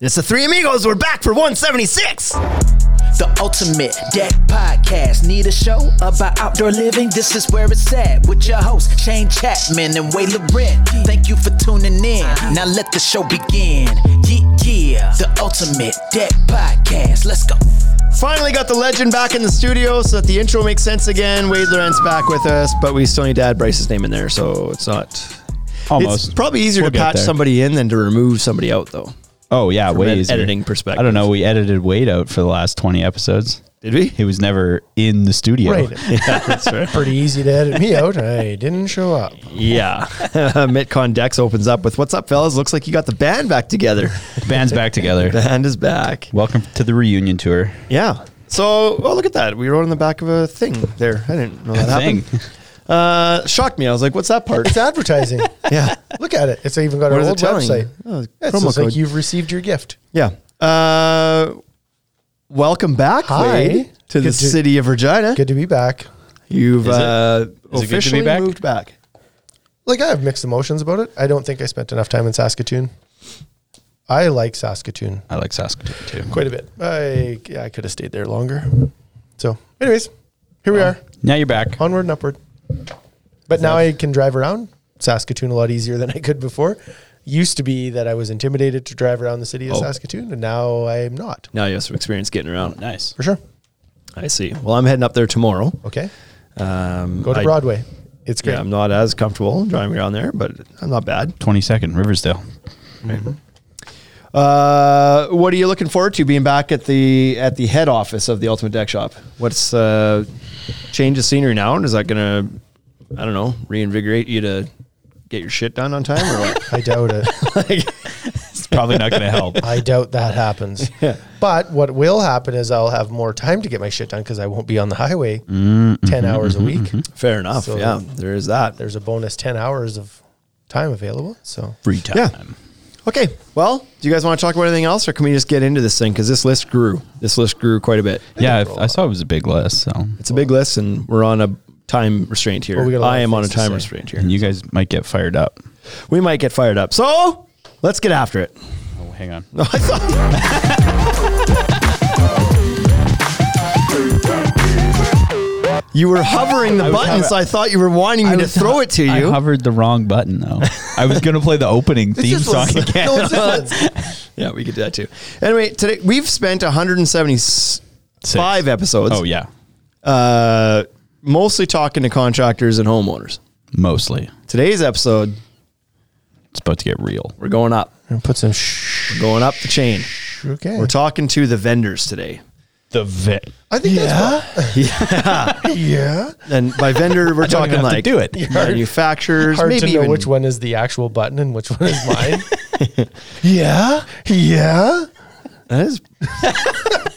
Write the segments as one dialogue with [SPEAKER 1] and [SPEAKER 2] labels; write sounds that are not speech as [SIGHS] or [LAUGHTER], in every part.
[SPEAKER 1] It's the Three Amigos. We're back for 176.
[SPEAKER 2] The Ultimate Deck Podcast. Need a show about outdoor living? This is where it's at with your hosts, Shane Chapman and Way Loren. Thank you for tuning in. Now let the show begin. Yeah, yeah. The Ultimate Deck Podcast. Let's go.
[SPEAKER 1] Finally got the legend back in the studio so that the intro makes sense again. Wade Lorenz back with us, but we still need to add Bryce's name in there, so it's not.
[SPEAKER 3] Almost.
[SPEAKER 1] It's probably easier
[SPEAKER 3] We'll
[SPEAKER 1] to
[SPEAKER 3] get
[SPEAKER 1] patch
[SPEAKER 3] there.
[SPEAKER 1] somebody in than to remove somebody out, though.
[SPEAKER 3] Oh yeah,
[SPEAKER 1] From
[SPEAKER 3] way
[SPEAKER 1] an
[SPEAKER 3] easier.
[SPEAKER 1] editing perspective.
[SPEAKER 3] I don't know. We edited Wade out for the last twenty episodes.
[SPEAKER 1] Did we?
[SPEAKER 3] He was never in the studio.
[SPEAKER 4] Right.
[SPEAKER 3] [LAUGHS]
[SPEAKER 1] [LAUGHS]
[SPEAKER 4] Pretty easy to edit me out. I didn't show up.
[SPEAKER 1] Yeah. [LAUGHS] MitCon Dex opens up with What's up, fellas? Looks like you got the band back together. [LAUGHS]
[SPEAKER 3] Band's back together.
[SPEAKER 1] Band is back.
[SPEAKER 3] Welcome to the reunion tour.
[SPEAKER 1] Yeah. So, oh, look at that. We wrote on the back of a thing there. I didn't know that
[SPEAKER 3] Thing.
[SPEAKER 1] happened. Uh, shocked me. I was like, what's that part? [LAUGHS]
[SPEAKER 4] It's advertising.
[SPEAKER 1] yeah.
[SPEAKER 4] Look at it. It's even got
[SPEAKER 1] What
[SPEAKER 4] our
[SPEAKER 1] is it
[SPEAKER 4] old
[SPEAKER 1] telling you?
[SPEAKER 4] website.
[SPEAKER 1] Oh, it's
[SPEAKER 4] it's
[SPEAKER 1] promo
[SPEAKER 4] just
[SPEAKER 1] code.
[SPEAKER 4] like you've received your gift.
[SPEAKER 1] Yeah. Uh, welcome back,
[SPEAKER 4] Hi.
[SPEAKER 1] Wade, to the
[SPEAKER 4] Good to-
[SPEAKER 1] city of Regina.
[SPEAKER 4] Good to be back.
[SPEAKER 1] You've
[SPEAKER 3] it-
[SPEAKER 1] uh,
[SPEAKER 3] is it good to be
[SPEAKER 1] officially
[SPEAKER 3] back?
[SPEAKER 1] moved back.
[SPEAKER 4] Like I have mixed emotions about it. I don't think I spent enough time in Saskatoon. I like Saskatoon
[SPEAKER 3] I like Saskatoon too.
[SPEAKER 4] quite a bit. I yeah, I could have stayed there longer. So, anyways, here we are,
[SPEAKER 3] Now you're back.
[SPEAKER 4] onward and upward. But now I can drive around Saskatoon a lot easier than I could before. Used to be that I was intimidated to drive around the city of
[SPEAKER 3] Oh.
[SPEAKER 4] Saskatoon, and now I'm not.
[SPEAKER 1] Now you have some experience getting around.
[SPEAKER 3] Nice.
[SPEAKER 4] For sure.
[SPEAKER 1] I see. Well, I'm heading up there tomorrow.
[SPEAKER 4] Okay.
[SPEAKER 1] Um,
[SPEAKER 4] Go to
[SPEAKER 1] I-
[SPEAKER 4] Broadway. It's great.
[SPEAKER 1] Yeah, I'm not as comfortable driving around there, but I'm not bad.
[SPEAKER 3] Twenty second Riversdale.
[SPEAKER 1] Uh, what are you looking forward to being back at the at the head office of the Ultimate Deck Shop? What's uh, change of scenery now, and is that gonna I don't know reinvigorate you to get your shit done on time or what?
[SPEAKER 4] [LAUGHS] I doubt
[SPEAKER 1] [LAUGHS]
[SPEAKER 4] it.
[SPEAKER 3] It's probably not going to help.
[SPEAKER 4] I doubt
[SPEAKER 1] [LAUGHS]
[SPEAKER 4] that happens. But what will happen is I'll have more time to get my shit done because I won't be on the highway
[SPEAKER 1] Mm, mm-hmm,
[SPEAKER 4] 10 hours a week.
[SPEAKER 1] Fair enough.
[SPEAKER 4] So-
[SPEAKER 1] yeah, there is that.
[SPEAKER 4] There's a bonus 10 hours of time available. So
[SPEAKER 3] Free time.
[SPEAKER 1] Yeah. Okay. Well, do you guys want to talk about anything else, or can we just get into this thing? Because this list grew. This list grew quite a bit.
[SPEAKER 3] Yeah, I, I saw it was a big list. So,
[SPEAKER 1] It's a big list, and we're on a time restraint here.
[SPEAKER 4] Well, we got a lot
[SPEAKER 1] I
[SPEAKER 4] of
[SPEAKER 1] am on a
[SPEAKER 4] things to
[SPEAKER 1] time
[SPEAKER 4] say.
[SPEAKER 1] restraint here.
[SPEAKER 3] and you guys might get fired up.
[SPEAKER 1] We might get fired up. So let's get after it.
[SPEAKER 3] Oh, hang on.
[SPEAKER 1] You
[SPEAKER 4] [LAUGHS]
[SPEAKER 1] were hovering the
[SPEAKER 3] I was
[SPEAKER 1] button,
[SPEAKER 3] hover-
[SPEAKER 1] so I thought you were wanting me to throw it to
[SPEAKER 3] I
[SPEAKER 1] you.
[SPEAKER 3] hovered the wrong button
[SPEAKER 1] [LAUGHS]
[SPEAKER 3] though. I was going to play the opening theme
[SPEAKER 1] just
[SPEAKER 4] [LAUGHS]
[SPEAKER 3] song
[SPEAKER 1] listen.
[SPEAKER 3] again.
[SPEAKER 4] no, it's just-
[SPEAKER 1] [LAUGHS] yeah, we could do that too. Anyway, today we've spent 175 episodes.
[SPEAKER 3] [LAUGHS] Oh yeah,
[SPEAKER 1] Uh, mostly talking to contractors and homeowners.
[SPEAKER 3] mostly.
[SPEAKER 1] Today's episode,
[SPEAKER 3] It's about to get real.
[SPEAKER 1] we're going up.
[SPEAKER 4] Put some shh.
[SPEAKER 1] We're going up the chain.
[SPEAKER 4] Okay.
[SPEAKER 1] We're talking to the vendors today.
[SPEAKER 3] The vet.
[SPEAKER 4] I think that's
[SPEAKER 1] [LAUGHS]
[SPEAKER 4] what, Yeah. [LAUGHS] yeah.
[SPEAKER 1] And by vendor,
[SPEAKER 3] [LAUGHS]
[SPEAKER 1] we're
[SPEAKER 3] don't
[SPEAKER 1] talking
[SPEAKER 3] even have to
[SPEAKER 1] like
[SPEAKER 3] do it.
[SPEAKER 1] [LAUGHS] manufacturers,
[SPEAKER 4] Hard
[SPEAKER 1] maybe
[SPEAKER 4] to know
[SPEAKER 1] even
[SPEAKER 4] which one is the actual button and which one
[SPEAKER 1] [LAUGHS]
[SPEAKER 4] is mine. yeah. Yeah.
[SPEAKER 1] That is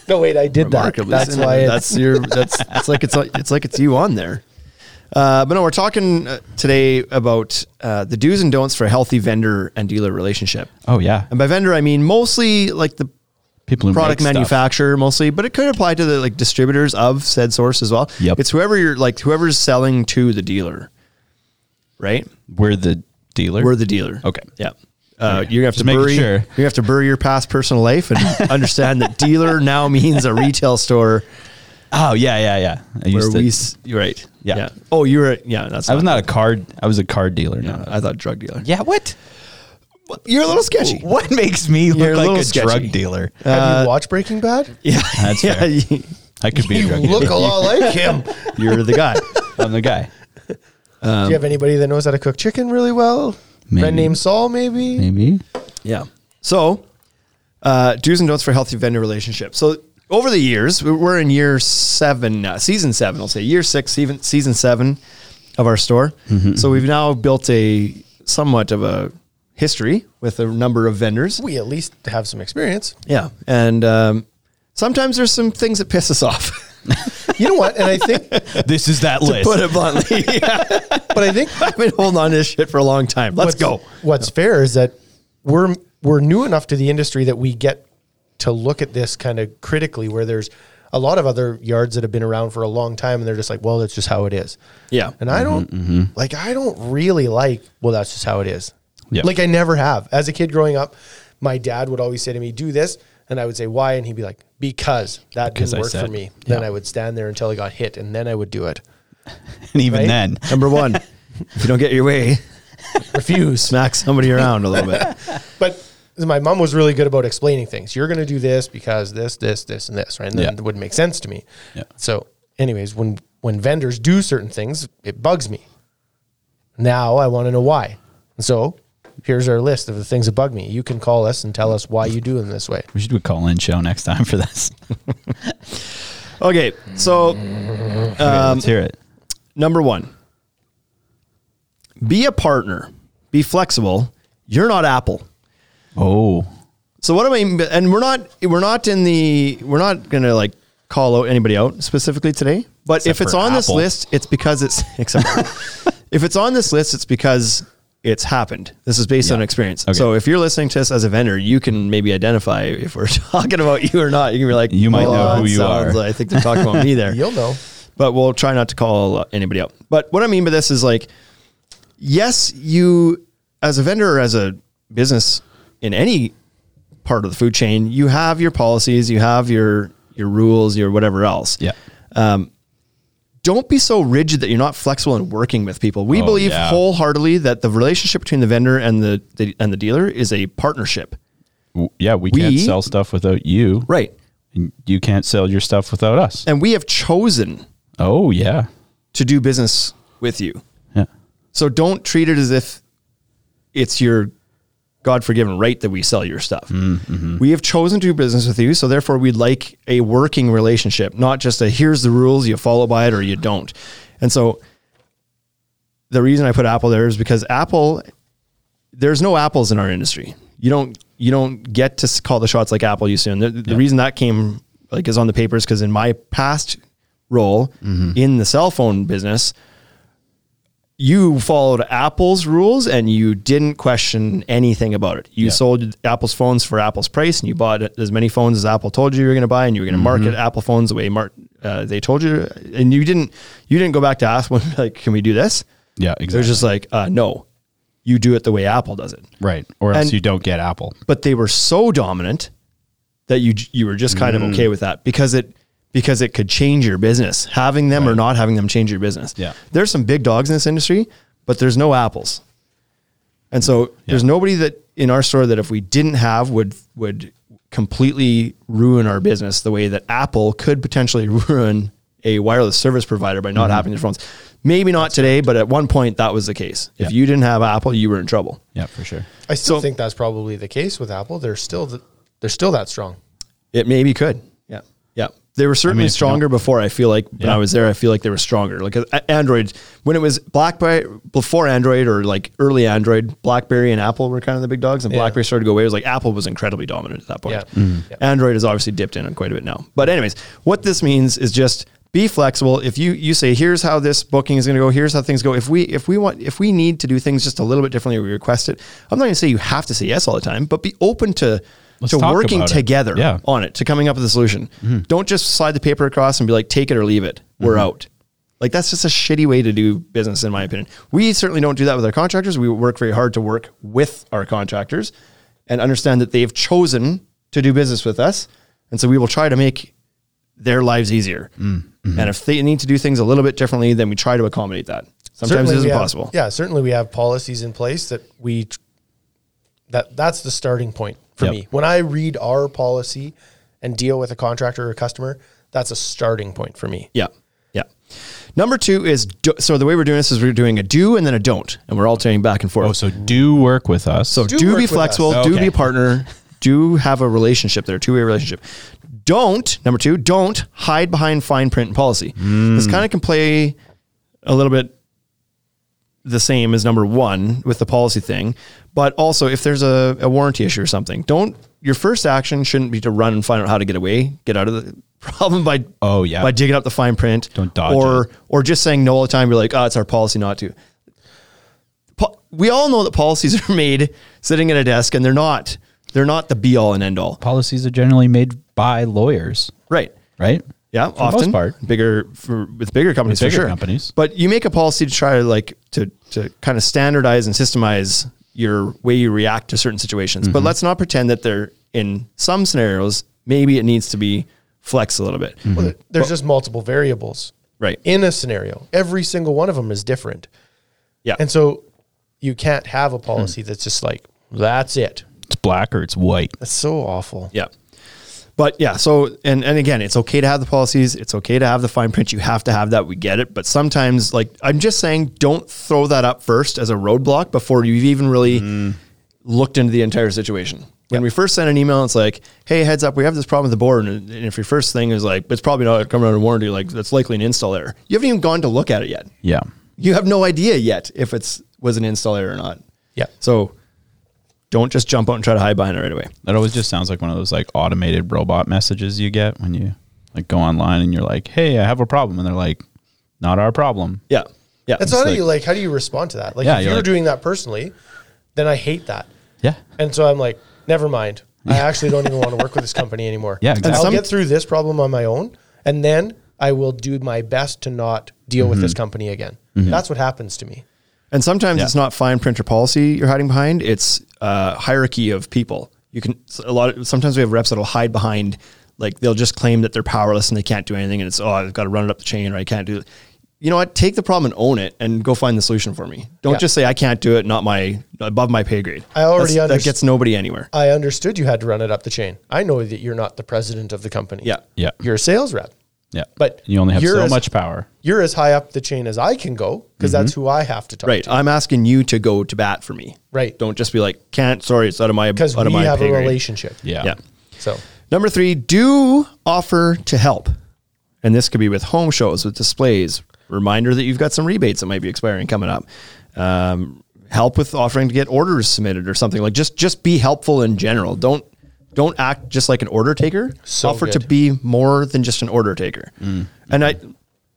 [SPEAKER 4] No, wait, I did that.
[SPEAKER 1] remarkably
[SPEAKER 4] That's
[SPEAKER 1] similar.
[SPEAKER 4] why it's
[SPEAKER 1] that's your that's it's like it's like it's like it's you on there. Uh, but no, we're talking uh, today about uh, the do's and don'ts for a healthy vendor and dealer relationship.
[SPEAKER 3] Oh yeah,
[SPEAKER 1] And by vendor, I mean mostly like the
[SPEAKER 3] people who
[SPEAKER 1] product
[SPEAKER 3] make stuff.
[SPEAKER 1] manufacturer, mostly, but it could apply to the like distributors of said source as well.
[SPEAKER 3] Yep.
[SPEAKER 1] It's whoever you're like whoever's selling to the dealer, right?
[SPEAKER 3] We're the dealer.
[SPEAKER 1] We're the dealer.
[SPEAKER 3] Okay.
[SPEAKER 1] Yeah. Uh,
[SPEAKER 3] Okay.
[SPEAKER 1] You have
[SPEAKER 3] Just
[SPEAKER 1] to
[SPEAKER 3] making
[SPEAKER 1] bury.
[SPEAKER 3] sure.
[SPEAKER 1] You have to bury your past personal life and understand that dealer now means a retail store
[SPEAKER 3] oh yeah, yeah, yeah. I
[SPEAKER 1] where
[SPEAKER 3] used to,
[SPEAKER 1] we. s- You're right.
[SPEAKER 3] Yeah.
[SPEAKER 1] Oh, you were. Yeah. That's.
[SPEAKER 3] I was not a card. I was a card dealer.
[SPEAKER 1] Yeah,
[SPEAKER 3] No.
[SPEAKER 1] I thought drug dealer.
[SPEAKER 3] Yeah. What?
[SPEAKER 1] You're a little sketchy.
[SPEAKER 3] What makes me
[SPEAKER 1] You're
[SPEAKER 3] look
[SPEAKER 1] a
[SPEAKER 3] like
[SPEAKER 1] little
[SPEAKER 3] a
[SPEAKER 1] sketchy.
[SPEAKER 3] drug dealer?
[SPEAKER 1] uh,
[SPEAKER 4] Have you watched Breaking Bad?
[SPEAKER 1] [LAUGHS] Yeah.
[SPEAKER 3] That's
[SPEAKER 1] yeah.
[SPEAKER 3] fair.
[SPEAKER 1] you-
[SPEAKER 3] I could be a
[SPEAKER 4] You
[SPEAKER 3] drug
[SPEAKER 4] look
[SPEAKER 3] dealer.
[SPEAKER 4] a lot like him.
[SPEAKER 1] You're the guy.
[SPEAKER 3] I'm the guy.
[SPEAKER 4] Do you have anybody that knows how to cook chicken really well?
[SPEAKER 3] Maybe.
[SPEAKER 4] Friend named Saul, maybe.
[SPEAKER 3] Maybe.
[SPEAKER 1] yeah. So, uh, do's and don'ts for healthy vendor relationships. So over the years, we- we're in year seven, uh, season seven. I'll say year six, even season seven of our store. So we've now built a somewhat of a history with a number of vendors.
[SPEAKER 4] We at least have some experience.
[SPEAKER 1] Yeah, and um, sometimes there's some things that piss us off.
[SPEAKER 4] You know what? And I think,
[SPEAKER 3] [LAUGHS] This is that list.
[SPEAKER 1] Put it [LAUGHS] bluntly. Yeah.
[SPEAKER 4] but I think
[SPEAKER 1] I've been holding on to this shit for a long time. Let's
[SPEAKER 4] what's,
[SPEAKER 1] go.
[SPEAKER 4] What's fair is that we're we're new enough to the industry that we get to look at this kind of critically. Where there's a lot of other yards that have been around for a long time, and they're just like, well, that's just how it is.
[SPEAKER 1] Yeah.
[SPEAKER 3] Mm-hmm,
[SPEAKER 4] And I don't like I don't really like well that's just how it is.
[SPEAKER 3] Yeah.
[SPEAKER 4] Like I never have. As a kid growing up, my dad would always say to me, "Do this," and I would say, "Why?" and he'd be like, "Because that
[SPEAKER 3] Because I
[SPEAKER 4] didn't work for
[SPEAKER 3] said.
[SPEAKER 4] me."
[SPEAKER 3] Yeah.
[SPEAKER 4] Then I would stand there until I got hit, and then I would do it.
[SPEAKER 3] And even
[SPEAKER 4] Right?
[SPEAKER 3] then,
[SPEAKER 1] Number one, if you don't get your [LAUGHS] way,
[SPEAKER 4] Refuse.
[SPEAKER 1] smack somebody around a little bit.
[SPEAKER 4] but my mom was really good about explaining things. You're going to do this because this, this, this, and this, right? And then
[SPEAKER 3] Yeah.
[SPEAKER 4] it wouldn't make sense to me.
[SPEAKER 3] Yeah.
[SPEAKER 4] So, anyways, when when vendors do certain things, it bugs me. Now I want to know why. And so, here's our list of the things that bug me. You can call us and tell us why you do them this way.
[SPEAKER 3] we should do a call in show next time for this. [LAUGHS]
[SPEAKER 1] Okay, so Um,
[SPEAKER 3] Let's hear it.
[SPEAKER 1] Number one, be a partner, be flexible. You're not Apple.
[SPEAKER 3] Oh,
[SPEAKER 1] So what do I mean? by- And we're not we're not in the we're not gonna like call out anybody out specifically today. But
[SPEAKER 3] Except
[SPEAKER 1] if it's
[SPEAKER 3] for
[SPEAKER 1] on this
[SPEAKER 3] Apple.
[SPEAKER 1] list, it's because it's [LAUGHS] except if it's on this list, it's because it's happened. This is based on
[SPEAKER 3] Yeah.
[SPEAKER 1] experience.
[SPEAKER 3] Okay.
[SPEAKER 1] So if you're listening to this as a vendor, you can maybe identify if we're [LAUGHS] talking about you or not. You can be like,
[SPEAKER 3] You might know
[SPEAKER 1] "Oh,
[SPEAKER 3] who
[SPEAKER 1] it
[SPEAKER 3] you
[SPEAKER 1] sounds
[SPEAKER 3] are."
[SPEAKER 1] like- I think they're talking about me there
[SPEAKER 4] [LAUGHS] You'll know.
[SPEAKER 1] but we'll try not to call uh, anybody out. But what I mean by this is like, yes, you as a vendor or as a business in any part of the food chain, you have your policies, you have your your rules, your whatever else.
[SPEAKER 3] yeah.
[SPEAKER 1] Don't be so rigid that you're not flexible in working with people. We
[SPEAKER 3] Oh,
[SPEAKER 1] believe
[SPEAKER 3] yeah.
[SPEAKER 1] wholeheartedly that the relationship between the vendor and the, the and the dealer is a partnership.
[SPEAKER 3] W- Yeah, we,
[SPEAKER 1] We-
[SPEAKER 3] can't sell stuff without you.
[SPEAKER 1] Right.
[SPEAKER 3] And you can't sell your stuff without us.
[SPEAKER 1] And we have chosen
[SPEAKER 3] Oh, yeah.
[SPEAKER 1] to do business with you.
[SPEAKER 3] Yeah.
[SPEAKER 1] So don't treat it as if it's your God forgiven right that we sell your stuff. We have chosen to do business with you. So therefore, we'd like a working relationship, not just a here's the rules, you follow by it or you don't. And so the reason I put Apple there is because Apple, there's no apples in our industry. You don't you don't get to s- call the shots like Apple used to. And the, the reason that came like is on the papers because in my past role in the cell phone business, you followed Apple's rules and you didn't question anything about it. You sold Apple's phones for Apple's price and you bought as many phones as Apple told you you were going to buy and you were going to market Apple phones the way mar- uh, they told you. And you didn't you didn't go back to ask one like, can we do this?
[SPEAKER 3] Yeah,
[SPEAKER 1] It
[SPEAKER 3] exactly.
[SPEAKER 1] was just like, uh, no, you do it the way Apple does it.
[SPEAKER 3] right. Or else
[SPEAKER 1] and-
[SPEAKER 3] you don't get Apple.
[SPEAKER 1] But they were so dominant that you you were just kind
[SPEAKER 3] Mm.
[SPEAKER 1] of okay with that because it because it could change your business having them or not having them change your business.
[SPEAKER 3] Yeah.
[SPEAKER 1] there's some big dogs in this industry, but there's no apples, and so there's nobody that in our store that if we didn't have would would completely ruin our business the way that Apple could potentially [LAUGHS] ruin a wireless service provider by not
[SPEAKER 3] Mm-hmm.
[SPEAKER 1] having their phones. Maybe not today, but at one point that was the case. If
[SPEAKER 3] Yeah.
[SPEAKER 1] you didn't have Apple, you were in trouble.
[SPEAKER 3] Yeah, for sure.
[SPEAKER 4] I still
[SPEAKER 1] So-
[SPEAKER 4] think that's probably the case with Apple. They're still th- they're still that strong.
[SPEAKER 1] It maybe could. Yeah. Yeah. They were certainly
[SPEAKER 3] if you
[SPEAKER 1] stronger before. I feel like when
[SPEAKER 3] Yeah.
[SPEAKER 1] I was there, I feel like they were stronger. Like uh, Android, when it was BlackBerry before Android or like early Android, BlackBerry and Apple were kind of the big dogs, and
[SPEAKER 4] Yeah.
[SPEAKER 1] BlackBerry started to go away. It was like Apple was incredibly dominant at that point.
[SPEAKER 4] Yeah. Mhm. Yeah.
[SPEAKER 1] Android has obviously dipped in quite a bit now. But anyways, what this means is just be flexible. If you you say here's how this booking is going to go, here's how things go. If we if we want if we need to do things just a little bit differently, we request it. I'm not going to say you have to say yes all the time, but be open to
[SPEAKER 3] Let's
[SPEAKER 1] to
[SPEAKER 3] talk
[SPEAKER 1] working
[SPEAKER 3] about it.
[SPEAKER 1] together
[SPEAKER 3] Yeah. Mm-hmm.
[SPEAKER 1] on it to coming up with a solution. Don't just slide the paper across and be like, take it or leave it. We're out. Like that's just a shitty way to do business, in my opinion. We certainly don't do that with our contractors. We work very hard to work with our contractors and understand that they've chosen to do business with us. And so we will try to make their lives easier.
[SPEAKER 3] Mm-hmm.
[SPEAKER 1] And if they need to do things a little bit differently, then we try to accommodate that. Sometimes it
[SPEAKER 4] Certainly
[SPEAKER 1] isn't
[SPEAKER 4] we have-
[SPEAKER 1] possible.
[SPEAKER 4] Yeah, certainly we have policies in place that we tr- that that's the starting point for
[SPEAKER 3] Yep.
[SPEAKER 4] me. When I read our policy and deal with a contractor or a customer, that's a starting point for me.
[SPEAKER 1] Yeah. Yeah. Number two is do, so the way we're doing this is we're doing a do and then a don't, and we're alternating back and forth.
[SPEAKER 3] Oh, so do work with us. So
[SPEAKER 1] do,
[SPEAKER 4] do work
[SPEAKER 1] be
[SPEAKER 4] with
[SPEAKER 1] flexible,
[SPEAKER 3] us.
[SPEAKER 1] do
[SPEAKER 3] Okay.
[SPEAKER 1] be a partner, do have a relationship there, two way relationship. Don't, number two, don't hide behind fine print and policy.
[SPEAKER 3] Hmm.
[SPEAKER 1] This kind of can play a little bit the same as number one with the policy thing, but also if there's a, a warranty issue or something, don't your first action shouldn't be to run and find out how to get away, get out of the [LAUGHS] problem by
[SPEAKER 3] Oh, yeah.
[SPEAKER 1] by digging up the fine print
[SPEAKER 3] Don't dodge
[SPEAKER 1] or
[SPEAKER 3] it.
[SPEAKER 1] or just saying no all the time. You're like, oh, it's our policy not to po- we all know that policies [LAUGHS] are made sitting at a desk and they're not they're not the be all and end all
[SPEAKER 3] policies are generally made by lawyers,
[SPEAKER 1] right
[SPEAKER 3] right?
[SPEAKER 1] yeah
[SPEAKER 3] For the
[SPEAKER 1] often
[SPEAKER 3] most part.
[SPEAKER 1] bigger for, with bigger companies
[SPEAKER 3] bigger
[SPEAKER 1] for sure
[SPEAKER 3] companies.
[SPEAKER 1] but you make a policy to try to like to to kind of standardize and systemize your way you react to certain situations.
[SPEAKER 3] Mm-hmm.
[SPEAKER 1] But let's not pretend that they're in some scenarios. Maybe it needs to be flexed a little bit.
[SPEAKER 3] Mm-hmm.
[SPEAKER 4] Well, there's just multiple variables
[SPEAKER 1] Right.
[SPEAKER 4] in a scenario. Every single one of them is different.
[SPEAKER 1] Yeah.
[SPEAKER 4] And so you can't have a policy that's just like, that's it.
[SPEAKER 3] It's black or it's white.
[SPEAKER 4] That's so awful.
[SPEAKER 1] Yeah. But yeah, so and and again, it's okay to have the policies, it's okay to have the fine print. You have to have that, we get it. But sometimes like I'm just saying don't throw that up first as a roadblock before you've even really looked into the entire situation. When we first sent an email, it's like, "Hey, heads up, we have this problem with the board." And and if your first thing is like, "It's probably not coming under warranty," like that's likely an install error. You haven't even gone to look at it yet.
[SPEAKER 3] Yeah.
[SPEAKER 1] You have no idea yet if it's was an install error or not.
[SPEAKER 4] Yeah.
[SPEAKER 1] So don't just jump out and try to hide behind it right away.
[SPEAKER 3] That always just sounds like one of those like automated robot messages you get when you like go online and you're like, "Hey, I have a problem," and they're like, "Not our problem."
[SPEAKER 1] Yeah. Yeah.
[SPEAKER 4] That's how do you like how do you respond to that? Like
[SPEAKER 3] Yeah,
[SPEAKER 4] if
[SPEAKER 3] you're
[SPEAKER 4] you're
[SPEAKER 3] like-
[SPEAKER 4] doing that personally, then I hate that.
[SPEAKER 3] Yeah.
[SPEAKER 4] And so I'm like, never mind. I actually don't even want to work with this company anymore.
[SPEAKER 3] Yeah, exactly.
[SPEAKER 4] I'll
[SPEAKER 1] Some-
[SPEAKER 4] get through this problem on my own, and then I will do my best to not deal with
[SPEAKER 1] Mm-hmm.
[SPEAKER 4] this company again. That's what happens to me.
[SPEAKER 1] And sometimes
[SPEAKER 3] Yeah.
[SPEAKER 1] it's not fine print or policy you're hiding behind; it's uh, hierarchy of people. You can a lot. Of, sometimes we have reps that'll hide behind, like they'll just claim that they're powerless and they can't do anything, and it's oh I've got to run it up the chain or I can't do it. You know what? Take the problem and own it, and go find the solution for me. Don't
[SPEAKER 4] Yeah.
[SPEAKER 1] just say I can't do it, not my above my pay grade.
[SPEAKER 4] I already
[SPEAKER 1] That's- that
[SPEAKER 4] underst-
[SPEAKER 1] gets nobody anywhere.
[SPEAKER 4] I understood you had to run it up the chain. I know that you're not the president of the company.
[SPEAKER 1] Yeah.
[SPEAKER 3] Yeah.
[SPEAKER 4] You're a sales rep.
[SPEAKER 3] Yeah.
[SPEAKER 4] But
[SPEAKER 3] you only have
[SPEAKER 4] you're
[SPEAKER 3] so
[SPEAKER 4] as-
[SPEAKER 3] much power.
[SPEAKER 4] You're as high up the chain as I can go because that's who I have to
[SPEAKER 1] Mm-hmm.
[SPEAKER 4] talk
[SPEAKER 1] Right. uh,
[SPEAKER 4] to.
[SPEAKER 1] I'm asking you to go to bat for me.
[SPEAKER 4] Right.
[SPEAKER 1] Don't just be like can't. Sorry, it's out of my out
[SPEAKER 4] Because
[SPEAKER 1] of
[SPEAKER 4] we
[SPEAKER 1] my
[SPEAKER 4] have
[SPEAKER 1] pay
[SPEAKER 4] a
[SPEAKER 1] grade.
[SPEAKER 4] relationship.
[SPEAKER 3] Yeah.
[SPEAKER 1] Yeah.
[SPEAKER 4] So
[SPEAKER 1] Number three, do offer to help. And this could be with home shows, with displays, reminder that you've got some rebates that might be expiring coming up. Um, help with offering to get orders submitted or something like just just be helpful in general. Don't don't act just like an order taker.
[SPEAKER 4] So
[SPEAKER 1] offer to
[SPEAKER 4] good. Mm.
[SPEAKER 1] be more than just an order taker. And I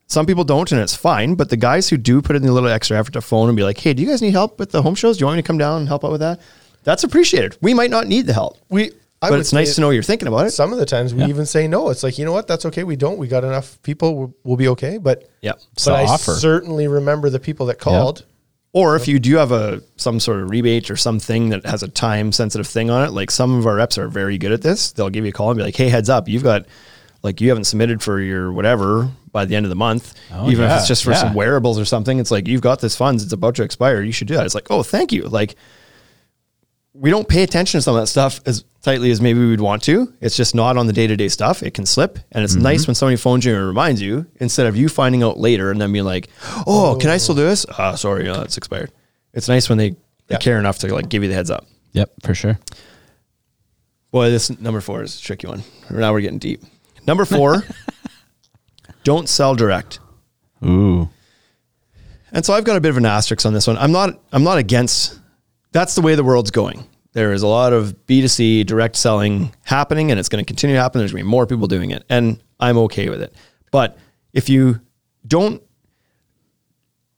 [SPEAKER 1] some people don't and it's fine, but the guys who do put in the little extra effort to phone and be like, "Hey, do you guys need help with the home shows? Do you want me to come down and help out with that?" That's appreciated. We might not need the help.
[SPEAKER 4] we. I
[SPEAKER 1] but
[SPEAKER 4] would
[SPEAKER 1] it's nice
[SPEAKER 4] say-
[SPEAKER 1] to know you're thinking about it.
[SPEAKER 4] some of the times we even say no. It's like you know what? That's okay. We don't. We got enough people. We'll, we'll be okay. But
[SPEAKER 1] Yeah.
[SPEAKER 3] It's
[SPEAKER 4] but
[SPEAKER 3] the
[SPEAKER 4] I
[SPEAKER 3] offer.
[SPEAKER 4] certainly remember the people that called.
[SPEAKER 1] Or if you do have a some sort of rebate or something that has a time sensitive thing on it, like some of our reps are very good at this. They'll give you a call and be like, "Hey, heads up, you've got like you haven't submitted for your whatever by the end of the month,
[SPEAKER 3] Oh,
[SPEAKER 1] even if
[SPEAKER 3] yeah,
[SPEAKER 1] it's just for
[SPEAKER 3] yeah.
[SPEAKER 1] some wearables or something. It's like you've got this funds; it's about to expire. You should do that." It's like, "Oh, thank you." Like we don't pay attention to some of that stuff as tightly as maybe we'd want to. It's just not on the day to day stuff. It can slip. And it's nice when somebody phones you and reminds you instead of you finding out later and then being like, oh, can I still do this? Ah, sorry, uh, it's expired. It's nice when they, they care enough to like give you the heads up.
[SPEAKER 3] Yep, for sure.
[SPEAKER 1] Boy, this number four is a tricky one. Now we're getting deep. Number four, don't sell direct.
[SPEAKER 3] Ooh.
[SPEAKER 1] And so I've got a bit of an asterisk on this one. I'm not I'm not against that's the way the world's going. There is a lot of B2C direct selling happening and it's going to continue to happen. There's going to be more people doing it and I'm okay with it. But if you don't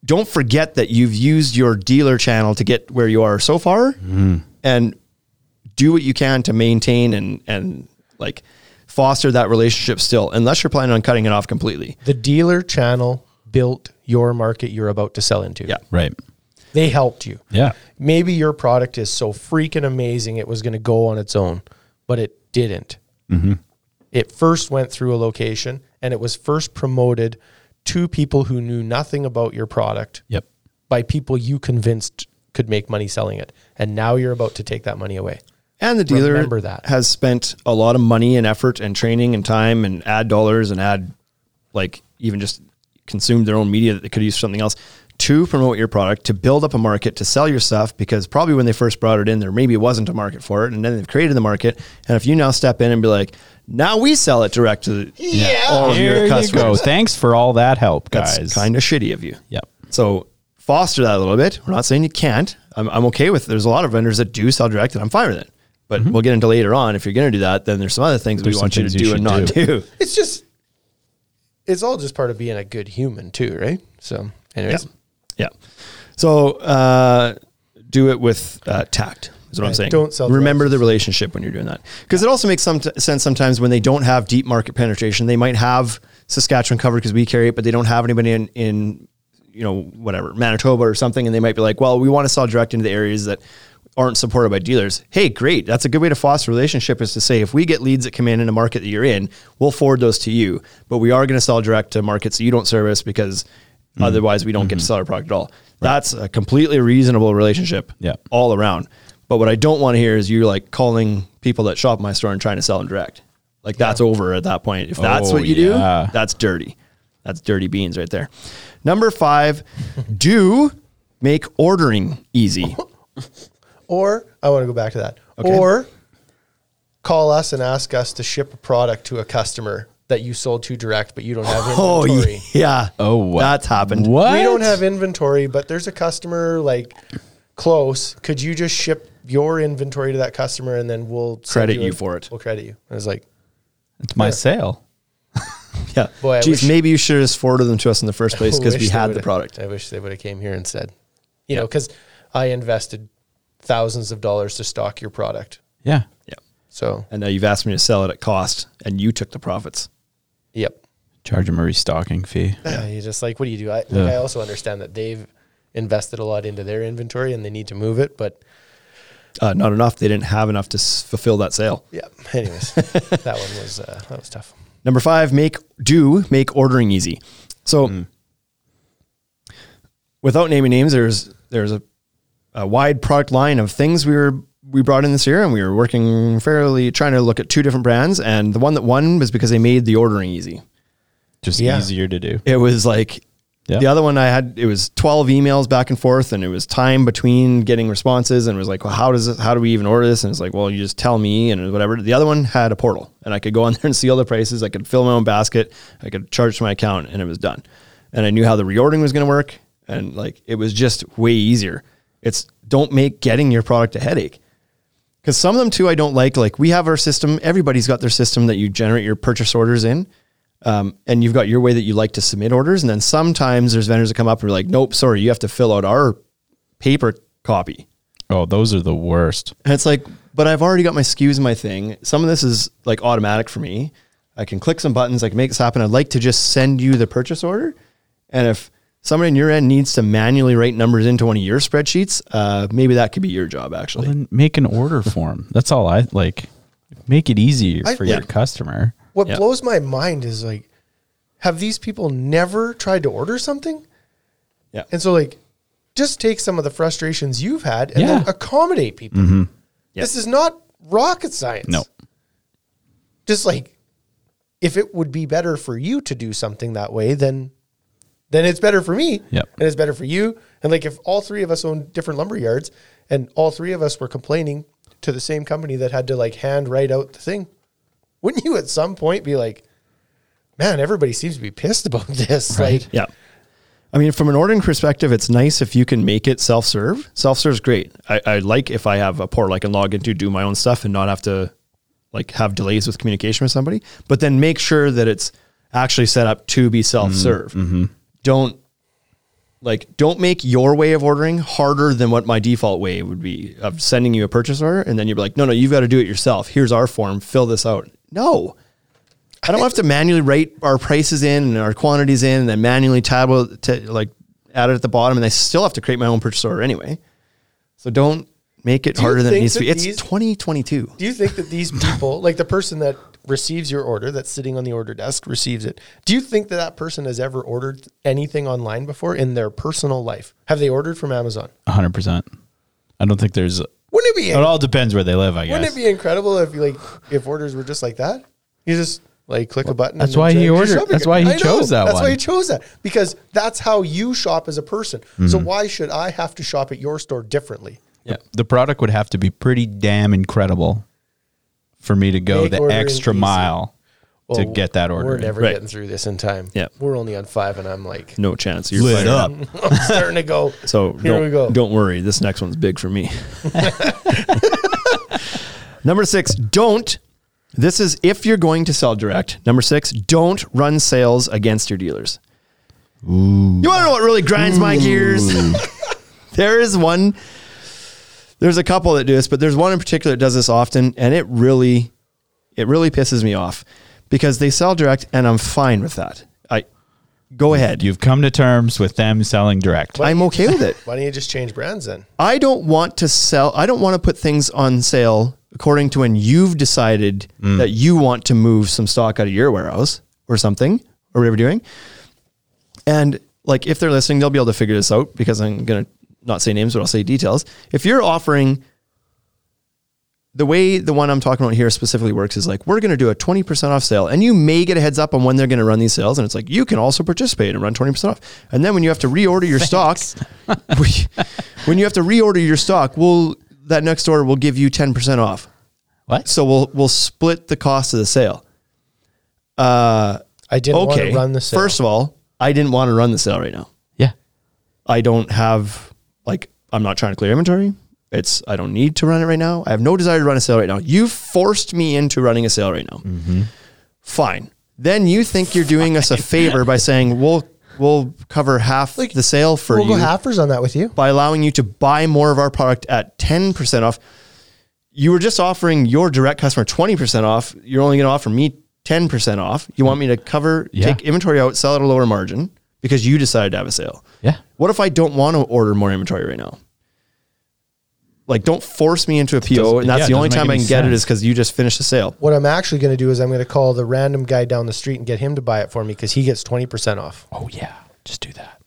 [SPEAKER 1] don't forget that you've used your dealer channel to get where you are so far and do what you can to maintain and and like foster that relationship still unless you're planning on cutting it off completely.
[SPEAKER 4] The dealer channel built your market you're about to sell into.
[SPEAKER 1] Yeah.
[SPEAKER 3] Right.
[SPEAKER 4] They helped you.
[SPEAKER 3] Yeah.
[SPEAKER 4] Maybe your product is so freaking amazing it was going to go on its own, but it didn't. It first went through a location and it was first promoted to people who knew nothing about your product
[SPEAKER 3] Yep.
[SPEAKER 4] by people you convinced could make money selling it. And now you're about to take that money away.
[SPEAKER 1] And the dealer
[SPEAKER 4] Remember that.
[SPEAKER 1] has spent a lot of money and effort and training and time and ad dollars and ad like even just consumed their own media that they could use for something else to promote your product, to build up a market, to sell your stuff because probably when they first brought it in there maybe wasn't a market for it and then they've created the market and if you now step in and be like, "Now we sell it direct to the, all of your
[SPEAKER 3] There you go.
[SPEAKER 1] customers."
[SPEAKER 3] Thanks for all that help, guys.
[SPEAKER 1] That's kind of shitty of you.
[SPEAKER 3] Yep.
[SPEAKER 1] So foster that a little bit. We're not saying you can't. I'm, I'm okay with. There's a lot of vendors that do sell direct, and I'm fine with it. But we'll get into later on. If you're going to do that, then there's some other things
[SPEAKER 3] Mm-hmm. There's
[SPEAKER 1] we
[SPEAKER 3] some
[SPEAKER 1] want you to
[SPEAKER 3] things you
[SPEAKER 1] do and not
[SPEAKER 3] should do.
[SPEAKER 1] do.
[SPEAKER 4] it's just it's all just part of being a good human too, right? So anyways.
[SPEAKER 1] Yeah. So uh, do it with uh, tact. Is what I'm
[SPEAKER 4] Yeah,
[SPEAKER 1] saying.
[SPEAKER 4] don't sell
[SPEAKER 1] Remember the relationship when you're doing that, because it also makes some t- sense sometimes when they don't have deep market penetration. They might have Saskatchewan covered because we carry it, but they don't have anybody in, in you know whatever Manitoba or something, and they might be like, well, we want to sell direct into the areas that aren't supported by dealers. Hey, great. That's a good way to foster relationship is to say if we get leads that come in in a market that you're in, we'll forward those to you. But we are going to sell direct to markets that you don't service because otherwise we don't get to sell our product at all. That's a completely reasonable relationship
[SPEAKER 3] Yeah.
[SPEAKER 1] all around. But what I don't want to hear is you like calling people that shop at my store and trying to sell them direct. Like that's over at that point. If that's
[SPEAKER 3] Oh,
[SPEAKER 1] what you
[SPEAKER 3] yeah.
[SPEAKER 1] do, that's dirty. That's dirty beans right there. Number
[SPEAKER 3] [LAUGHS]
[SPEAKER 1] five, do make ordering
[SPEAKER 3] [LAUGHS]
[SPEAKER 1] easy.
[SPEAKER 4] Or I want to go back to that. Or call us and ask us to ship a product to a customer that you sold to direct, but you don't have
[SPEAKER 1] Oh
[SPEAKER 4] inventory.
[SPEAKER 1] [LAUGHS] yeah.
[SPEAKER 3] Oh, wow.
[SPEAKER 1] that's happened.
[SPEAKER 3] What?
[SPEAKER 4] We don't have inventory, but there's a customer like close. Could you just ship your inventory to that customer and then we'll send
[SPEAKER 1] Credit you
[SPEAKER 4] a-
[SPEAKER 1] for it.
[SPEAKER 4] We'll credit you. And it's like,
[SPEAKER 3] It's my sale.
[SPEAKER 1] Yeah.
[SPEAKER 4] Boy, I
[SPEAKER 1] Jeez,
[SPEAKER 4] wish-
[SPEAKER 1] maybe you should have forwarded them to us in the
[SPEAKER 4] [LAUGHS]
[SPEAKER 1] first place
[SPEAKER 4] I
[SPEAKER 1] because we
[SPEAKER 4] wish they
[SPEAKER 1] had the
[SPEAKER 4] would've-
[SPEAKER 1] product.
[SPEAKER 4] I wish they would have came here and said, you know, because I invested thousands of dollars to stock your product.
[SPEAKER 3] Yeah.
[SPEAKER 1] Yeah.
[SPEAKER 4] So,
[SPEAKER 1] And now you've asked me to sell it at cost, and you took the profits.
[SPEAKER 4] yep.
[SPEAKER 3] Charge him a restocking fee.
[SPEAKER 4] Yeah, you're just like, what do you do? I, like,
[SPEAKER 3] Yeah.
[SPEAKER 4] I also understand that they've invested a lot into their inventory and they need to move it, but
[SPEAKER 1] Uh, not enough. They didn't have enough to s- fulfill that sale.
[SPEAKER 4] yeah. [LAUGHS] Anyways, that one was uh, that was tough.
[SPEAKER 1] Number five, make do make ordering easy. So, without naming names, there's there's a, a wide product line of things we were we brought in this year, and we were working fairly trying to look at two different brands, and the one that won was because they made the ordering easy.
[SPEAKER 3] Just
[SPEAKER 4] Yeah.
[SPEAKER 3] easier to do.
[SPEAKER 1] It was like
[SPEAKER 3] Yeah.
[SPEAKER 1] the other one I had. It was twelve emails back and forth, and it was time between getting responses, and it was like, well, how does this, how do we even order this? And it's like, well, you just tell me and whatever. The other one had a portal, and I could go on [LAUGHS] there and see all the prices. I could fill my own basket. I could charge to my account, and it was done. And I knew how the reordering was going to work, and like it was just way easier. It's don't make getting your product a headache. Because some of them too, I don't like. Like we have our system. Everybody's got their system that you generate your purchase orders in, um, and you've got your way that you like to submit orders. And then sometimes there's vendors that come up and are like, "Nope, sorry, you have to fill out our paper copy."
[SPEAKER 3] Oh, those are the worst.
[SPEAKER 1] And it's like, but I've already got my SKUs in my thing. Some of this is like automatic for me. I can click some buttons. I can make this happen. I'd like to just send you the purchase order. And if somebody on your end needs to manually write numbers into one of your spreadsheets, uh, maybe that could be your job actually.
[SPEAKER 3] Then make an order form. That's all I like. Make it easier
[SPEAKER 4] I-
[SPEAKER 3] for
[SPEAKER 1] Yeah.
[SPEAKER 3] your customer.
[SPEAKER 4] What
[SPEAKER 1] Yeah.
[SPEAKER 4] blows my mind is like, have these people never tried to order something?
[SPEAKER 1] Yeah.
[SPEAKER 4] And so like, just take some of the frustrations you've had and then
[SPEAKER 3] Yeah. Mm-hmm.
[SPEAKER 4] accommodate people. This is not rocket science.
[SPEAKER 3] No.
[SPEAKER 4] Just like, if it would be better for you to do something that way, then then it's better for me.
[SPEAKER 3] Yep.
[SPEAKER 4] And it's better for you. And like if all three of us own different lumber yards and all three of us were complaining to the same company that had to like hand write out the thing, wouldn't you at some point be like, man, everybody seems to be pissed about [LAUGHS] this? Like,
[SPEAKER 1] Yeah. I mean, from an ordering perspective, it's nice if you can make it self serve. Self serve is great. I, I like if I have a portal I can log into, do my own stuff, and not have to like have delays with communication with somebody. But then make sure that it's actually set up to be self serve. Don't like don't make your way of ordering harder than what my default way would be of sending you a purchase order, and then you're like, no, no, you've got to do it yourself. Here's our form. Fill this out. No, I don't have to manually write our prices in and our quantities in, and then manually tabel to like add it at the bottom, and I still have to create my own purchase order anyway. So don't make it
[SPEAKER 4] you
[SPEAKER 1] harder than it
[SPEAKER 4] think
[SPEAKER 1] needs to
[SPEAKER 4] that
[SPEAKER 1] be. It's
[SPEAKER 4] these-
[SPEAKER 1] 2022.
[SPEAKER 4] do you think that these people, like the person that receives your order, that's sitting on the order desk, receives it, do you think that that person has ever ordered anything online before in their personal life? Have they ordered from Amazon?
[SPEAKER 3] 100%. I don't think there's. It
[SPEAKER 4] Wouldn't it be
[SPEAKER 3] all depends where they live, I guess.
[SPEAKER 4] Wouldn't it be incredible if like if orders were just like that? You just like click a button.
[SPEAKER 3] that's
[SPEAKER 4] and then
[SPEAKER 3] why he
[SPEAKER 4] check your
[SPEAKER 3] ordered-
[SPEAKER 4] shopping
[SPEAKER 3] that's
[SPEAKER 4] cart.
[SPEAKER 3] why he
[SPEAKER 4] I know,
[SPEAKER 3] chose that
[SPEAKER 4] That's why
[SPEAKER 3] one.
[SPEAKER 4] he chose that because that's how you shop as a person. So
[SPEAKER 3] Mhm.
[SPEAKER 4] why should I have to shop at your store differently?
[SPEAKER 3] Yeah. The product would have to be pretty damn incredible for me to go
[SPEAKER 4] Make
[SPEAKER 3] the
[SPEAKER 4] ordering
[SPEAKER 3] extra
[SPEAKER 4] easy.
[SPEAKER 3] mile to
[SPEAKER 4] Well,
[SPEAKER 3] get that order.
[SPEAKER 4] We're
[SPEAKER 3] in.
[SPEAKER 4] never
[SPEAKER 1] Right.
[SPEAKER 4] getting through this in time.
[SPEAKER 1] Yeah.
[SPEAKER 4] we're only on five, and I'm like
[SPEAKER 1] No chance. You're
[SPEAKER 3] Lit
[SPEAKER 1] fired
[SPEAKER 3] up.
[SPEAKER 4] [LAUGHS] I'm starting to go.
[SPEAKER 1] So
[SPEAKER 4] here
[SPEAKER 1] don't,
[SPEAKER 4] we go.
[SPEAKER 1] don't worry. This next one's big for me. [LAUGHS] Number six, don't. This is if you're going to sell direct. Number six, don't run sales against your dealers. You want to know what really grinds my gears? [LAUGHS] there is one. There's a couple that do this, but there's one in particular that does this often, and it really, it really pisses me off because they sell direct, and I'm fine with that. I Go ahead.
[SPEAKER 3] You've come to terms with them selling direct.
[SPEAKER 1] I'm okay with it.
[SPEAKER 4] Why don't you just change brands then?
[SPEAKER 1] I don't want to sell. I don't want to put things on sale according to when you've decided that you want to move some stock out of your warehouse or something or whatever you're doing. And like, if they're listening, they'll be able to figure this out because I'm going to not say names, but I'll say details. If you're offering the way the one I'm talking about here specifically works is like, we're going to do a 20% off sale and you may get a heads up on when they're going to run these sales. And it's like, you can also participate and run 20% off. And then when you have to reorder your stock, we- when you have to reorder your stock, we'll that next order will give you 10% off.
[SPEAKER 3] What?
[SPEAKER 1] So we'll we'll split the cost of the sale.
[SPEAKER 4] I didn't want
[SPEAKER 1] Okay.
[SPEAKER 4] to run the sale.
[SPEAKER 1] First of all, I didn't want to run the sale right now.
[SPEAKER 3] Yeah.
[SPEAKER 1] I don't have like I'm not trying to clear inventory. It's I don't need to run it right now. I have no desire to run a sale right now. You forced me into running a sale right now.
[SPEAKER 4] Mm-hmm.
[SPEAKER 1] Fine. Then you think you're doing us a favor by saying we'll we'll cover half the sale for
[SPEAKER 4] we'll
[SPEAKER 1] you
[SPEAKER 4] go halfers on that with you.
[SPEAKER 1] by allowing you to buy more of our product at 10% off. You were just offering your direct customer 20% off. You're only going to offer me 10% off. You want me to cover,
[SPEAKER 3] Yeah.
[SPEAKER 1] take inventory out, sell at a lower margin because you decided to have a sale.
[SPEAKER 3] Yeah.
[SPEAKER 1] What if I don't want to order more inventory right now? Like, don't force me into a PO,
[SPEAKER 3] doesn't-
[SPEAKER 1] and that's
[SPEAKER 3] yeah, it
[SPEAKER 1] the only
[SPEAKER 3] doesn't
[SPEAKER 1] time
[SPEAKER 3] make
[SPEAKER 1] I
[SPEAKER 3] any
[SPEAKER 1] can get it
[SPEAKER 3] sense.
[SPEAKER 1] is because you just finished the sale.
[SPEAKER 4] What I'm actually going to do is I'm going to call the random guy down the street and get him to buy it for me because he gets 20% off
[SPEAKER 3] Oh yeah. Just do that.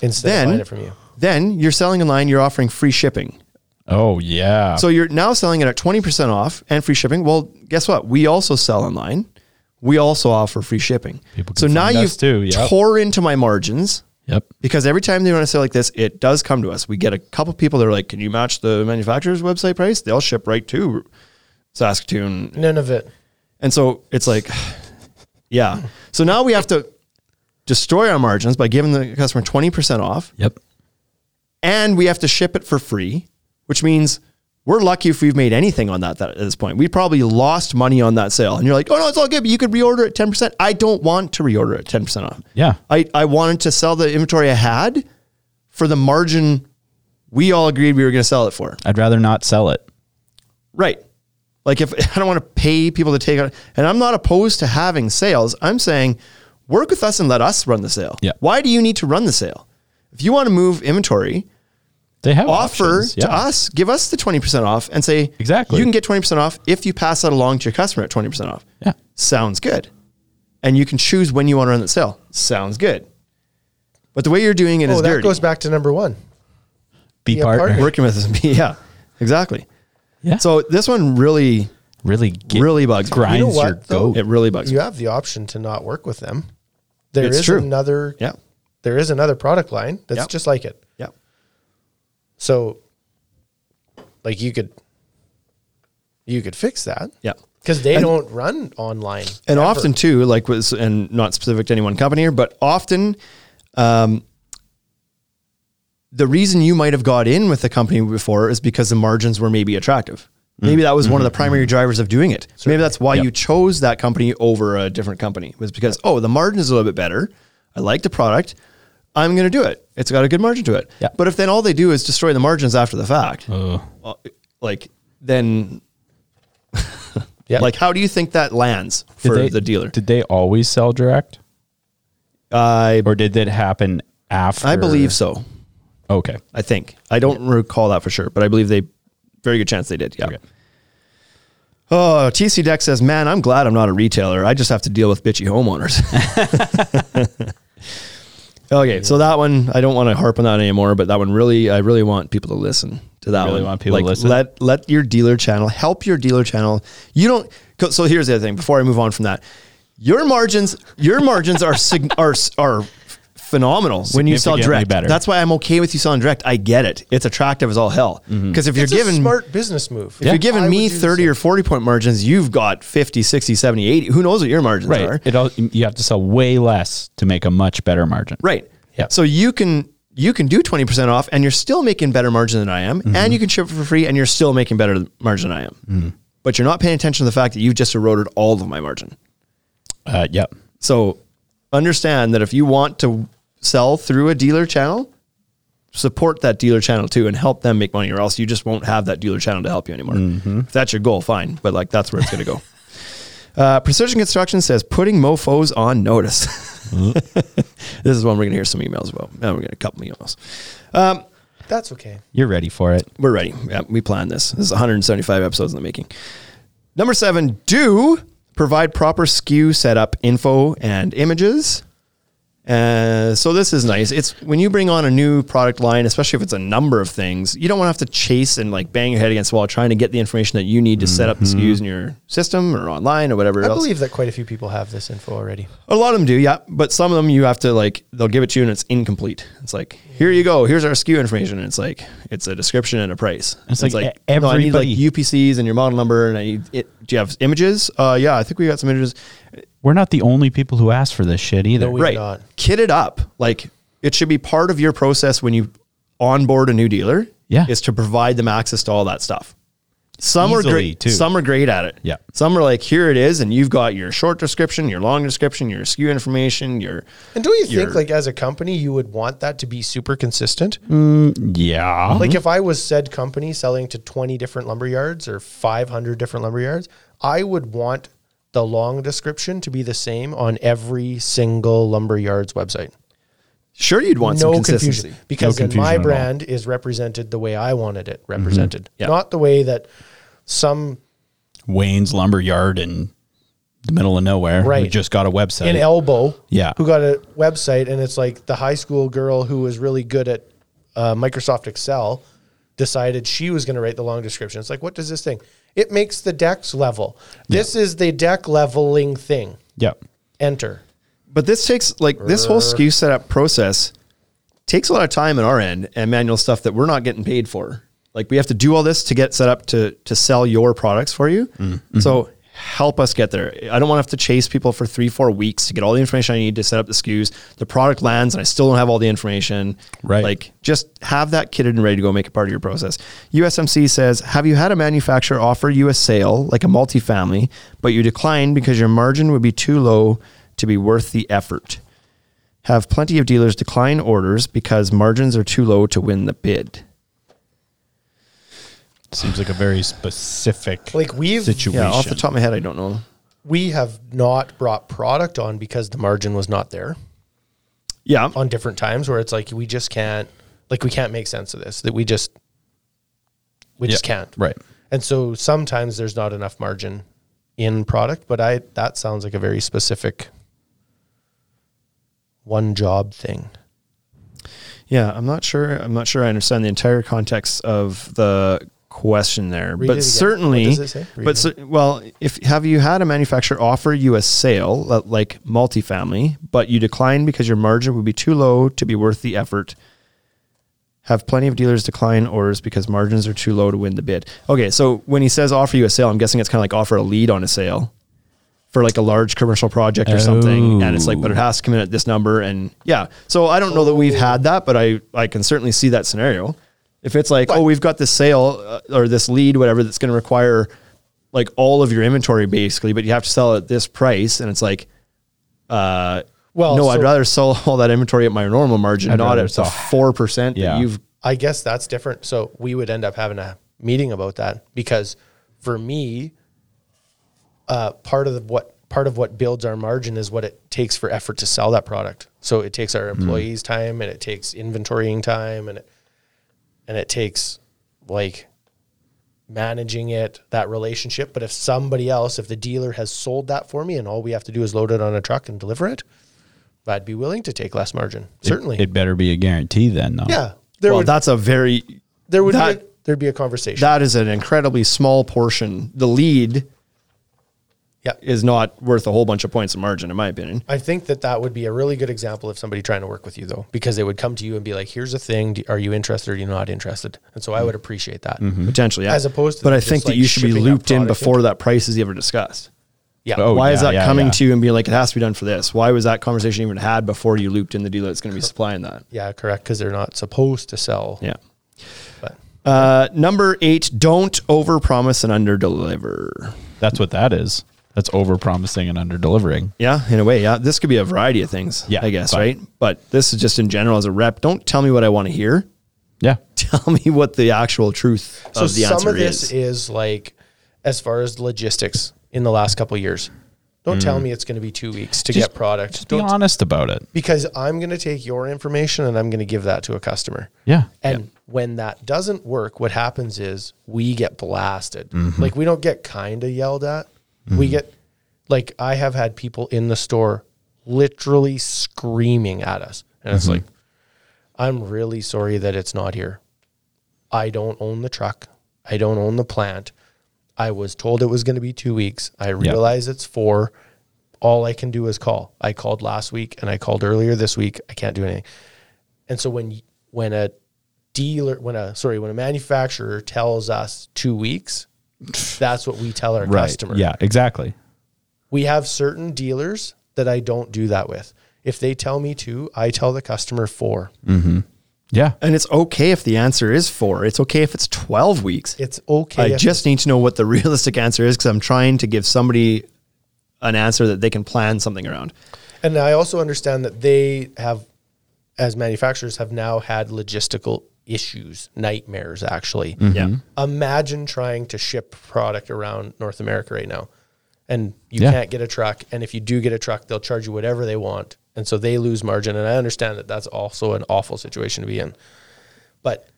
[SPEAKER 4] instead
[SPEAKER 1] Then,
[SPEAKER 4] of buying it from you.
[SPEAKER 1] then you're selling online. You're offering free shipping.
[SPEAKER 3] Oh yeah.
[SPEAKER 1] So you're now selling it at 20% off and free shipping. Well, guess what? We also sell online. We also offer free shipping.
[SPEAKER 3] People can
[SPEAKER 1] so now
[SPEAKER 3] find us
[SPEAKER 1] you've
[SPEAKER 3] too, yep.
[SPEAKER 1] tore into my margins
[SPEAKER 3] yep.
[SPEAKER 1] because every time they run a sale like this, it does come to us. We get a couple people that are like, can you match the manufacturer's website price? They'll ship right to Saskatoon.
[SPEAKER 4] None of it.
[SPEAKER 1] And so it's like, [SIGHS] yeah. So now we have to destroy our margins by giving the customer 20% off
[SPEAKER 3] Yep.
[SPEAKER 1] and we have to ship it for free, which means we're lucky if we've made anything on that, that at this point. We probably lost money on that sale. And you're like, oh no, it's all good, but you could reorder it 10%. I don't want to reorder it 10% off.
[SPEAKER 3] Yeah.
[SPEAKER 1] I, I wanted to sell the inventory I had for the margin we all agreed we were going to sell it for.
[SPEAKER 3] I'd rather not sell it.
[SPEAKER 1] Right. Like if [LAUGHS] I don't want to pay people to take on, and I'm not opposed to having sales. I'm saying work with us and let us run the sale.
[SPEAKER 3] Yeah.
[SPEAKER 1] Why do you need to run the sale? If you want to move inventory,
[SPEAKER 3] They have
[SPEAKER 1] offer
[SPEAKER 3] options.
[SPEAKER 1] to us, give us the 20% off and say,
[SPEAKER 3] Exactly.
[SPEAKER 1] You can get 20% off if you pass that along to your customer at 20% off.
[SPEAKER 3] Yeah.
[SPEAKER 1] Sounds good. And you can choose when you want to run that sale. Sounds good. But the way you're doing it is
[SPEAKER 4] Oh, that
[SPEAKER 1] dirty.
[SPEAKER 4] goes back to number one.
[SPEAKER 3] Be,
[SPEAKER 4] Be a
[SPEAKER 3] partner.
[SPEAKER 4] partner.
[SPEAKER 1] Working with us. [LAUGHS] yeah, exactly.
[SPEAKER 3] Yeah.
[SPEAKER 1] So this one really,
[SPEAKER 3] really get,
[SPEAKER 1] really bugs me.
[SPEAKER 3] grinds
[SPEAKER 4] You know what,
[SPEAKER 3] your
[SPEAKER 4] though?
[SPEAKER 3] goat.
[SPEAKER 1] it really bugs
[SPEAKER 4] You
[SPEAKER 1] me.
[SPEAKER 4] have the option to not work with them. There is
[SPEAKER 1] It's true.
[SPEAKER 4] another
[SPEAKER 1] Yeah.
[SPEAKER 4] there is another product line that's
[SPEAKER 1] Yep.
[SPEAKER 4] just like it.
[SPEAKER 1] Yeah.
[SPEAKER 4] So like you could you could fix that.
[SPEAKER 1] Yeah.
[SPEAKER 4] Because they don't run online.
[SPEAKER 1] And
[SPEAKER 4] ever.
[SPEAKER 1] often too, like was and not specific to any one company here, but often um, the reason you might have got in with the company before is because the margins were maybe attractive.
[SPEAKER 3] Mm-hmm.
[SPEAKER 1] Maybe that was one of the primary drivers of doing it. Maybe that's why you chose that company over a different company was because oh the margin is a little bit better. I like the product. I'm going to do it. It's got a good margin to it.
[SPEAKER 3] Yeah. Uh-huh.
[SPEAKER 1] But if then all they do is destroy the margins after the fact,
[SPEAKER 3] Ugh.
[SPEAKER 1] well, like then
[SPEAKER 4] Yeah.
[SPEAKER 1] like how do you think that lands
[SPEAKER 3] Did
[SPEAKER 1] for
[SPEAKER 3] they-
[SPEAKER 1] the dealer?
[SPEAKER 3] Did they always sell direct,
[SPEAKER 1] I
[SPEAKER 3] or did that happen after?
[SPEAKER 1] I believe so.
[SPEAKER 3] Okay.
[SPEAKER 1] I think I don't recall that for sure, but I believe they very good chance they did. Yeah.
[SPEAKER 3] Okay.
[SPEAKER 1] Oh, TC Deck says, "Man, I'm glad I'm not a retailer. I just have to deal with bitchy homeowners." [LAUGHS] okay, so that one I don't want to harp on that anymore, but that one really I really want people to listen to that
[SPEAKER 3] Really
[SPEAKER 1] one.
[SPEAKER 3] want people to
[SPEAKER 1] Like,
[SPEAKER 3] listen?
[SPEAKER 1] Let let your dealer channel help your dealer channel. You don't. 'cause- So here's the other thing. Before I move on from that, your margins your margins are sig- [LAUGHS] are are phenomenal when you sell
[SPEAKER 3] Significantly
[SPEAKER 1] direct.
[SPEAKER 3] better.
[SPEAKER 1] That's why I'm okay with you selling direct. I get it. It's attractive as all hell. Because
[SPEAKER 3] Mm-hmm.
[SPEAKER 1] if you're
[SPEAKER 4] it's
[SPEAKER 1] giving
[SPEAKER 4] a smart business move.
[SPEAKER 1] if you're giving
[SPEAKER 4] I
[SPEAKER 1] me
[SPEAKER 4] would do the
[SPEAKER 1] 30
[SPEAKER 4] same.
[SPEAKER 1] or 40 point margins, you've got 50, 60, 70, 80. Who knows what your margins are?
[SPEAKER 3] Right. It all, you have to sell way less to make a much better margin.
[SPEAKER 1] Right.
[SPEAKER 3] Yeah.
[SPEAKER 1] So you can you can do 20% off and you're still making better margin than I am
[SPEAKER 3] Mm-hmm.
[SPEAKER 1] and you can ship it for free and you're still making better margin than I am. But you're not paying attention to the fact that you've just eroded all of my margin.
[SPEAKER 3] Uh, yep.
[SPEAKER 1] So understand that if you want to sell through a dealer channel, support that dealer channel too and help them make money or else you just won't have that dealer channel to help you anymore. If that's your goal, fine. But [LAUGHS] like that's where it's going to go. Uh, Precision Construction says putting mofos on notice. [LAUGHS] This is one we're going to hear some emails about. Uh, we're going to a couple emails. Um,
[SPEAKER 4] That's okay.
[SPEAKER 3] You're ready for it.
[SPEAKER 1] we're ready. Yeah, we planned this. This is 175 episodes in the making. Number seven, do provide proper SKU setup info and images. Uh, so this is nice. It's when you bring on a new product line, especially if it's a number of things, you don't want to have to chase and like bang your head against the wall trying to get the information that you need to set up the SKUs in your system or online or whatever
[SPEAKER 4] Mm-hmm. I
[SPEAKER 1] else.
[SPEAKER 4] believe that quite a few people have this info
[SPEAKER 1] [SIGHS]
[SPEAKER 4] already.
[SPEAKER 1] A lot of them do, yeah. But some of them you have to like they'll give it to you and it's incomplete. It's like, here you go, here's our SKU information. And it's like it's a description and a price.
[SPEAKER 3] It's like e-
[SPEAKER 1] no, I need like
[SPEAKER 3] everybody-
[SPEAKER 1] UPCs and your model number and I need it. Do you have images? Uh yeah, I think we got some images.
[SPEAKER 3] We're not the only people who ask for this shit either.
[SPEAKER 4] No, we-
[SPEAKER 1] right.
[SPEAKER 4] not.
[SPEAKER 1] Kit it up. Like it should be part of your process when you onboard a new dealer.
[SPEAKER 3] Yeah.
[SPEAKER 1] Is to provide them access to all that stuff. Some are
[SPEAKER 3] Easily,
[SPEAKER 1] great.
[SPEAKER 3] too.
[SPEAKER 1] Some are great at it.
[SPEAKER 3] Yeah.
[SPEAKER 1] Some are like, here it is, and you've got your short description, your long description, your SKU information, your
[SPEAKER 4] And don't you
[SPEAKER 1] You're-
[SPEAKER 4] think, like, as a company, you would want that to be super consistent?
[SPEAKER 1] Mm-hmm.
[SPEAKER 3] yeah.
[SPEAKER 4] Like, if I was said company selling to 20 different lumber yards or 500 different lumber yards, I would want the long description to be the same on every single lumber yard's website.
[SPEAKER 1] Sure, you'd want some
[SPEAKER 4] no
[SPEAKER 1] consistency.
[SPEAKER 4] confusion because
[SPEAKER 3] No
[SPEAKER 4] then
[SPEAKER 3] confusion
[SPEAKER 4] my
[SPEAKER 3] at all. Mm-hmm.
[SPEAKER 4] brand is represented the way I wanted it represented,
[SPEAKER 1] Yeah.
[SPEAKER 4] not the way that some
[SPEAKER 3] Wayne's Lumber Yard in the middle of nowhere.
[SPEAKER 4] Right.
[SPEAKER 3] We just got a website.
[SPEAKER 4] in elbow
[SPEAKER 3] Yeah.
[SPEAKER 4] who got a website and it's like the high school girl who was really good at uh, Microsoft Excel decided she was going to write the long description. It's like what does this thing? It makes the decks level. This is the deck leveling thing.
[SPEAKER 3] yep.
[SPEAKER 4] Enter.
[SPEAKER 1] But this takes like this whole SKU setup process takes a lot of time on our end and manual stuff that we're not getting paid for. Like we have to do all this to get set up to to sell your products for you. So help us get there. I don't want to have to chase people for three, four weeks to get all the information I need to set up the SKUs. The product lands and I still don't have all the information.
[SPEAKER 3] Right.
[SPEAKER 1] Like just have that kitted and ready to go make it part of your process. USMC says, have you had a manufacturer offer you a sale, like a multifamily, but you declined because your margin would be too low to be worth the effort? Have plenty of dealers decline orders because margins are too low to win the bid.
[SPEAKER 3] Seems like a very specific
[SPEAKER 4] Like we've
[SPEAKER 3] situation.
[SPEAKER 1] Yeah, off the top of my head, I don't know.
[SPEAKER 4] we have not brought product on because the margin was not there.
[SPEAKER 1] Yeah.
[SPEAKER 4] on different times where it's like we just can't like we can't make sense of this that we just we just
[SPEAKER 3] Yeah,
[SPEAKER 4] can't
[SPEAKER 3] right.
[SPEAKER 4] and so sometimes there's not enough margin in product but i that sounds like a very specific one job thing
[SPEAKER 1] Yeah, I'm not sure. I'm not sure I understand the entire context of the question there,
[SPEAKER 4] Read it
[SPEAKER 1] but
[SPEAKER 4] again.
[SPEAKER 1] certainly,
[SPEAKER 4] What does it say? Read
[SPEAKER 1] but cer- well, if have you had a manufacturer offer you a sale uh, like multifamily, but you declined because your margin would be too low to be worth the effort? Have plenty of dealers decline orders because margins are too low to win the bid. Okay, so when he says offer you a sale, I'm guessing it's kind of like offer a lead on a sale for like a large commercial project or something, and it's
[SPEAKER 4] Oh.
[SPEAKER 1] like, but it has to come in at this number, and yeah. So I don't know that we've had that, but I I can certainly see that scenario. If it's like, oh, we've got this sale uh, or this lead, whatever, that's going to require like all of your inventory basically, but you have to sell at this price, and it's like, uh,
[SPEAKER 4] Well,
[SPEAKER 1] no,
[SPEAKER 4] so-
[SPEAKER 1] I'd rather sell [LAUGHS] all that inventory at my normal margin, not
[SPEAKER 3] rather
[SPEAKER 1] at the
[SPEAKER 3] sell-
[SPEAKER 1] four percent
[SPEAKER 3] Yeah.
[SPEAKER 1] that you've.
[SPEAKER 4] I guess that's different. So we would end up having a meeting about that because for me, uh, part of the, what part of what builds our margin is what it takes for effort to sell that product. So it takes our
[SPEAKER 3] Mm-hmm.
[SPEAKER 4] employees' time and it takes inventorying time and it and it takes like managing it that relationship. But if somebody else, if the dealer has sold that for me and all we have to do is load it on a truck and deliver it, I'd be willing to take less margin. Certainly,
[SPEAKER 3] It better be a guarantee then, though.
[SPEAKER 4] yeah. There
[SPEAKER 1] well,
[SPEAKER 4] would
[SPEAKER 1] that's a very
[SPEAKER 4] there would
[SPEAKER 1] That-
[SPEAKER 4] be a, there'd be a conversation.
[SPEAKER 1] that is an incredibly small portion. The lead
[SPEAKER 4] Yep.
[SPEAKER 1] is not worth a whole bunch of points of margin, in my opinion.
[SPEAKER 4] I think that that would be a really good example of somebody trying to work with you though, because they would come to you and be like, "Here's a thing. Do- Are you interested? Or are you not interested?" And so I would appreciate that.
[SPEAKER 1] Potentially, yeah.
[SPEAKER 4] As opposed to
[SPEAKER 1] but I
[SPEAKER 4] just,
[SPEAKER 1] think that
[SPEAKER 4] like,
[SPEAKER 1] you should be
[SPEAKER 4] shipping that
[SPEAKER 1] looped in
[SPEAKER 4] product
[SPEAKER 1] before that price is ever discussed.
[SPEAKER 4] Yeah.
[SPEAKER 3] Oh,
[SPEAKER 1] Why is
[SPEAKER 3] yeah,
[SPEAKER 1] that
[SPEAKER 3] yeah,
[SPEAKER 1] coming
[SPEAKER 3] yeah.
[SPEAKER 1] to you and being like, it has to be done for this? Why was that conversation even had before you looped in the dealer that's
[SPEAKER 4] [LAUGHS]
[SPEAKER 1] going to be supplying that?
[SPEAKER 4] Yeah, correct. Because they're not supposed to sell.
[SPEAKER 1] Yeah.
[SPEAKER 4] But
[SPEAKER 1] Uh, number eight, don't overpromise and underdeliver.
[SPEAKER 3] That's what that is. That's over promising and under delivering.
[SPEAKER 1] Yeah, in a way, yeah. This could be a variety of things,
[SPEAKER 3] Yeah,
[SPEAKER 1] I guess,
[SPEAKER 3] but-
[SPEAKER 1] right? But this is just in general as a rep. Don't tell me what I want to hear. [LAUGHS]
[SPEAKER 4] [LAUGHS]
[SPEAKER 3] Yeah.
[SPEAKER 1] Tell me what the actual truth
[SPEAKER 4] so
[SPEAKER 1] of the
[SPEAKER 4] some
[SPEAKER 1] answer
[SPEAKER 4] of this
[SPEAKER 1] is.
[SPEAKER 4] is like, as far as logistics in the last couple of years, Don't tell
[SPEAKER 1] Mm.
[SPEAKER 4] me it's going to be two weeks to
[SPEAKER 3] Just-
[SPEAKER 4] get product.
[SPEAKER 3] Just be
[SPEAKER 4] Don't
[SPEAKER 3] honest about it.
[SPEAKER 4] because I'm going to take your information and I'm going to give that to a customer.
[SPEAKER 3] Yeah.
[SPEAKER 4] And when that doesn't work, what happens is we get blasted. Like we don't get kind of yelled at. We get like I have had people in the store literally screaming at us. And it's like I'm really sorry that it's not here. I don't own the truck. I don't own the plant. I was told it was going to be 2 weeks. I realize it's 4. All I can do is call. I called last week and I called earlier this week. I can't do anything. And so when when a dealer when a sorry when a manufacturer tells us two weeks, that's what we
[SPEAKER 1] [LAUGHS]
[SPEAKER 4] tell our
[SPEAKER 3] Right.
[SPEAKER 4] customer.
[SPEAKER 3] Yeah, exactly.
[SPEAKER 4] We have certain dealers that I don't do that with. If they tell me two, I tell the customer 4
[SPEAKER 1] Mm.
[SPEAKER 3] Yeah.
[SPEAKER 1] And it's okay if the answer is four. It's okay if it's 12 weeks.
[SPEAKER 4] It's okay.
[SPEAKER 1] I
[SPEAKER 4] if-
[SPEAKER 1] just need to know what the [LAUGHS] realistic answer is because I'm trying to give somebody an answer that they can plan something around.
[SPEAKER 4] and I also understand that they have, as manufacturers, have now had logistical issues, nightmares actually.
[SPEAKER 1] Mm-hmm. Yeah.
[SPEAKER 4] imagine trying to ship product around North America right now and you
[SPEAKER 3] Yeah.
[SPEAKER 4] can't get a truck and if you do get a truck they'll charge you whatever they want and so they lose margin and I understand that that's also an awful situation to be in but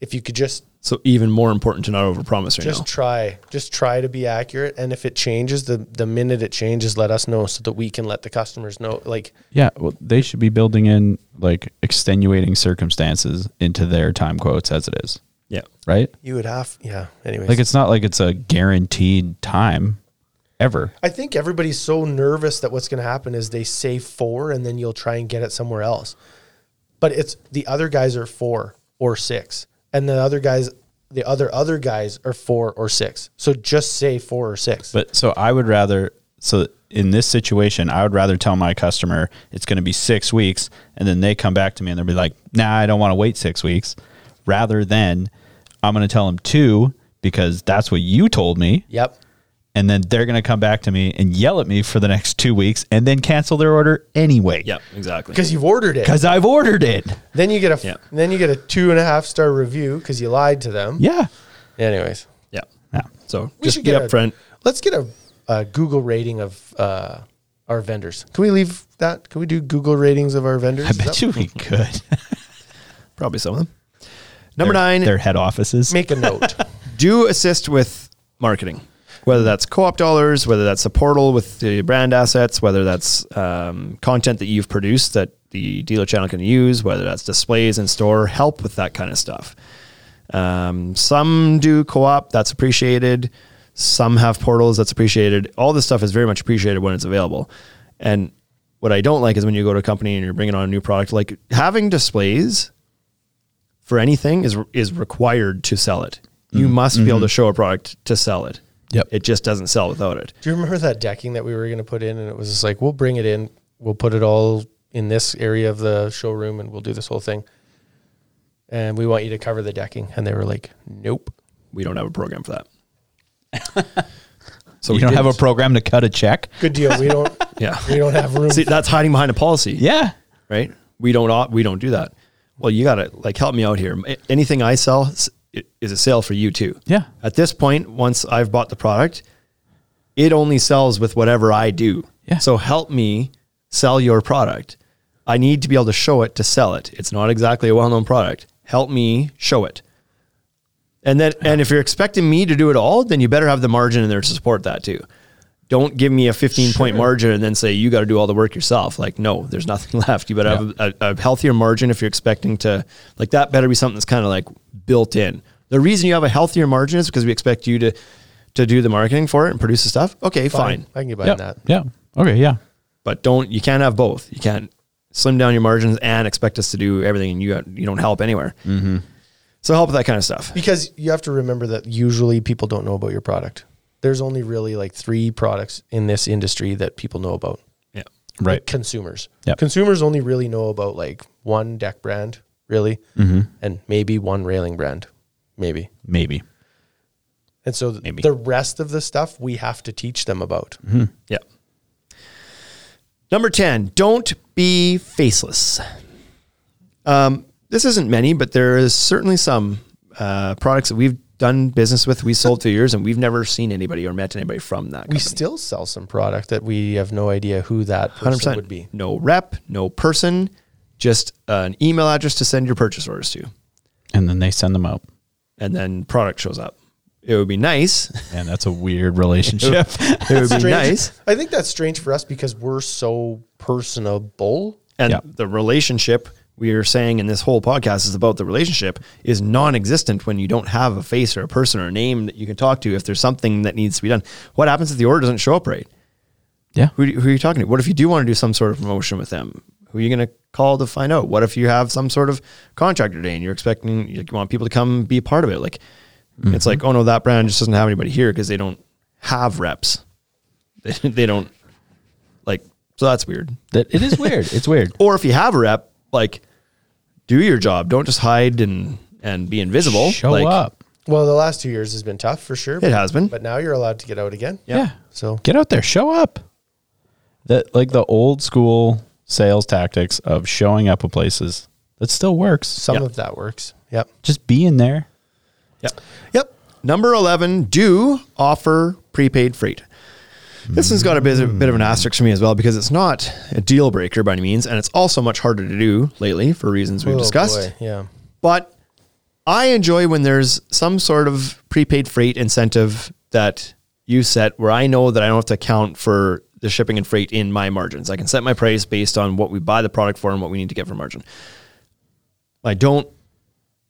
[SPEAKER 4] if you could just
[SPEAKER 1] So even more important to not overpromise right
[SPEAKER 4] just
[SPEAKER 1] now.
[SPEAKER 4] try just try to be accurate and if it changes the the minute it changes let us know so that we can let the customers know like
[SPEAKER 3] Yeah. Well, they should be building in like extenuating circumstances into their time quotes as it is,
[SPEAKER 1] yeah.
[SPEAKER 3] right?
[SPEAKER 4] you would have yeah anyways
[SPEAKER 3] Like it's not like it's a guaranteed time ever.
[SPEAKER 4] I think everybody's so nervous that what's going to happen is they say four and then you'll try and get it somewhere else. But it's the other guys are four or six, and the other guys, the other other guys are four or six. So just say four or six.
[SPEAKER 3] But so I would rather so in this situation, I would rather tell my customer it's going to be six weeks, and then they come back to me and they'll be like, "Nah, I don't want to wait six weeks," rather than I'm going to tell them two because that's what you told me,
[SPEAKER 4] yep,
[SPEAKER 3] and then they're going to come back to me and yell at me for the next two weeks, and then cancel their order anyway.
[SPEAKER 1] Yeah, exactly.
[SPEAKER 4] because you've ordered it.
[SPEAKER 3] because I've ordered it.
[SPEAKER 4] Then you get a
[SPEAKER 1] Yeah.
[SPEAKER 4] then you get a two and a half star review because you lied to them.
[SPEAKER 3] Yeah,
[SPEAKER 4] Anyways,
[SPEAKER 1] Yeah.
[SPEAKER 3] yeah.
[SPEAKER 1] So
[SPEAKER 4] we
[SPEAKER 1] just
[SPEAKER 4] should
[SPEAKER 1] be
[SPEAKER 4] get a-
[SPEAKER 1] upfront.
[SPEAKER 4] Let's get a, a Google rating of uh, our vendors. Can we leave that? Can we do Google ratings of our vendors?
[SPEAKER 3] I bet you we could.
[SPEAKER 1] Probably some of them. Number
[SPEAKER 3] Their-
[SPEAKER 1] nine,
[SPEAKER 3] their head offices.
[SPEAKER 4] Make a note.
[SPEAKER 1] do assist with marketing, whether that's co-op dollars, whether that's a portal with the brand assets, whether that's um, content that you've produced that the dealer channel can use, whether that's displays in store, help with that kind of stuff. Um, some do co-op, that's appreciated. Some have portals, that's appreciated. All this stuff is very much appreciated when it's available. And what I don't like is when you go to a company and you're bringing on a new product, like having displays for anything is is required to sell it. You must be able to show a product to sell it.
[SPEAKER 3] Yep.
[SPEAKER 1] It just doesn't sell without it.
[SPEAKER 4] Do you remember that decking that we were going to put in? And it was just like, we'll bring it in, we'll put it all in this area of the showroom, and we'll do this whole thing. And we want you to cover the decking. And they were like, nope.
[SPEAKER 1] We don't have a program for that. so [LAUGHS]
[SPEAKER 3] you
[SPEAKER 1] we
[SPEAKER 3] don't have a
[SPEAKER 1] didn't.
[SPEAKER 3] program to cut a check.
[SPEAKER 4] Good deal. We [LAUGHS] don't.
[SPEAKER 1] yeah.
[SPEAKER 4] We don't have room.
[SPEAKER 1] See, that's hiding behind a policy.
[SPEAKER 3] Yeah,
[SPEAKER 1] Right. We don't. op- We don't do that. Well, you gotta like help me out here. A- Anything I sell s- i- is a sale for you too.
[SPEAKER 3] Yeah.
[SPEAKER 1] At this point, once I've bought the product, it only sells with whatever I do.
[SPEAKER 3] Yeah.
[SPEAKER 1] So help me sell your product. I need to be able to show it to sell it. It's not exactly a well-known product. Help me show it. And then and if you're expecting me to do it all, then you better have the margin in there to support that too. Don't give me a 15 point margin and then say you got to do all the work yourself. Like no, there's nothing [LAUGHS] left. You better have a, a healthier margin if you're expecting to like that better be something that's kind of like built in. The reason you have a healthier margin is because we expect you to to do the marketing for it and produce the stuff. Okay, fine.
[SPEAKER 4] I can get
[SPEAKER 3] yeah,
[SPEAKER 4] behind that.
[SPEAKER 3] yeah. Okay, yeah.
[SPEAKER 1] But don't you can't have both. You can't slim down your margins and expect us to do everything and you you don't help anywhere. So help with that kind of stuff.
[SPEAKER 4] Because you have to remember that usually people don't know about your product. There's only really like three products in this industry that people know about.
[SPEAKER 1] Yeah.
[SPEAKER 3] Right.
[SPEAKER 4] Consumers.
[SPEAKER 3] Yep.
[SPEAKER 4] Consumers only really know about like one deck brand, really, and maybe one railing brand, maybe.
[SPEAKER 3] Maybe.
[SPEAKER 4] And so th- the rest of the stuff we have to teach them about.
[SPEAKER 1] Yeah. Number 10, don't be faceless. Um, this isn't many, but there is certainly some uh, products that we've done business with, we sold to yours, and we've never seen anybody or met anybody from that.
[SPEAKER 4] We
[SPEAKER 1] company.
[SPEAKER 4] still sell some product that we have no idea who that person
[SPEAKER 1] 100%
[SPEAKER 4] would be.
[SPEAKER 1] no rep, no person, just an email address to send your purchase orders to,
[SPEAKER 3] and then they send them out.
[SPEAKER 1] and then product shows up. It would be nice. [LAUGHS]
[SPEAKER 3] And that's a weird [LAUGHS] relationship.
[SPEAKER 1] It would be
[SPEAKER 4] Strange.
[SPEAKER 1] nice.
[SPEAKER 4] I think that's strange for us because we're so personable.
[SPEAKER 1] And
[SPEAKER 3] Yeah.
[SPEAKER 1] the relationship we are saying in this whole podcast is about the relationship is non-existent when you don't have a face or a person or a name that you can talk to if there's something that needs to be done. What happens if the order doesn't show up right?
[SPEAKER 3] yeah.
[SPEAKER 1] Who, do- who are you talking to? What if you do want to do some sort of promotion with them? Who are you going to call to find out? What if you have some sort of contractor day and you're expecting you want people to come be a part of it? Like it's like, oh no, that brand just doesn't have anybody here because they don't have reps. [LAUGHS] They, they don't like so that's weird.
[SPEAKER 3] That it is weird. It's weird.
[SPEAKER 1] Or if you have a rep, like do your job. Don't just hide and and be invisible.
[SPEAKER 3] Show
[SPEAKER 1] Like,
[SPEAKER 3] up.
[SPEAKER 4] Well, the last two years has been tough for sure.
[SPEAKER 1] It has been.
[SPEAKER 4] But now you're allowed to get out again.
[SPEAKER 3] Yeah.
[SPEAKER 4] So
[SPEAKER 3] Get out there. Show up. That like the old school sales tactics of showing up at places. That still works.
[SPEAKER 4] some
[SPEAKER 1] Yeah.
[SPEAKER 4] of that works. Yep.
[SPEAKER 3] Just being there.
[SPEAKER 1] Yep.
[SPEAKER 4] Yep.
[SPEAKER 1] Number 11, do offer prepaid freight. This one's got a bit, a bit of an asterisk for me as well because it's not a deal breaker by any means, and it's also much harder to do lately for reasons we've
[SPEAKER 4] Oh,
[SPEAKER 1] discussed.
[SPEAKER 4] boy. Yeah.
[SPEAKER 1] But I enjoy when there's some sort of prepaid freight incentive that you set where I know that I don't have to account for the shipping and freight in my margins. I can set my price based on what we buy the product for and what we need to get for margin. I don't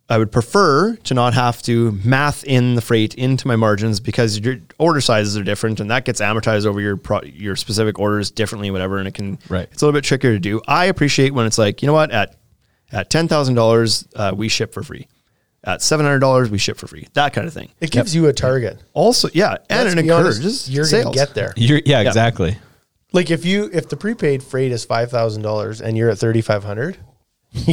[SPEAKER 1] I would prefer to not have to math in the freight into my margins because your order sizes are different and that gets amortized over your pro- your specific orders differently whatever and it can
[SPEAKER 3] Right.
[SPEAKER 1] it's a little bit trickier to do. I appreciate when it's like, you know what, at at $10,000 uh, we ship for free. At $700 we ship for free. That kind of thing.
[SPEAKER 4] It gives you a target.
[SPEAKER 1] Also, yeah, and
[SPEAKER 4] Let's
[SPEAKER 1] it
[SPEAKER 4] be honest,
[SPEAKER 1] encourages
[SPEAKER 4] you're
[SPEAKER 1] sales.
[SPEAKER 4] gonna get there.
[SPEAKER 3] You're, yeah, exactly.
[SPEAKER 4] Like if you if the prepaid freight is five thousand dollars and you're at thirty five hundred, [LAUGHS]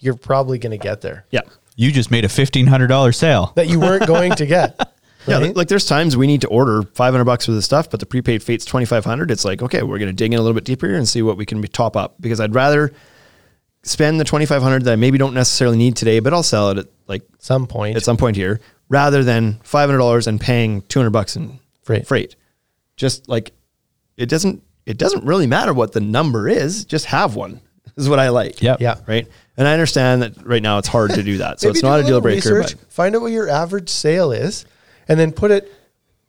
[SPEAKER 4] you're probably gonna get there
[SPEAKER 1] Yeah.
[SPEAKER 3] You just made a fifteen hundred dollar sale.
[SPEAKER 4] that you weren't going to get.
[SPEAKER 1] [LAUGHS] Yeah,
[SPEAKER 4] right?
[SPEAKER 1] like there's times we need to order 500 bucks worth of stuff, but the prepaid fate's 2500. It's like, okay, we're going to dig in a little bit deeper and see what we can be top up because I'd rather spend the 2500 that I maybe don't necessarily need today, but I'll sell it at like
[SPEAKER 4] some point.
[SPEAKER 1] at some point here rather than $500 and paying 200 bucks in
[SPEAKER 4] Freight.
[SPEAKER 1] freight. Just like it doesn't it doesn't really matter what the number is, just have one. Is what I like.
[SPEAKER 3] Yep.
[SPEAKER 4] Yeah.
[SPEAKER 1] Right. And I understand that right now it's hard to do that. So
[SPEAKER 4] [LAUGHS] Maybe
[SPEAKER 1] it's
[SPEAKER 4] do
[SPEAKER 1] not a deal
[SPEAKER 4] little
[SPEAKER 1] breaker. But
[SPEAKER 4] research, find out what your average sale is, and then put it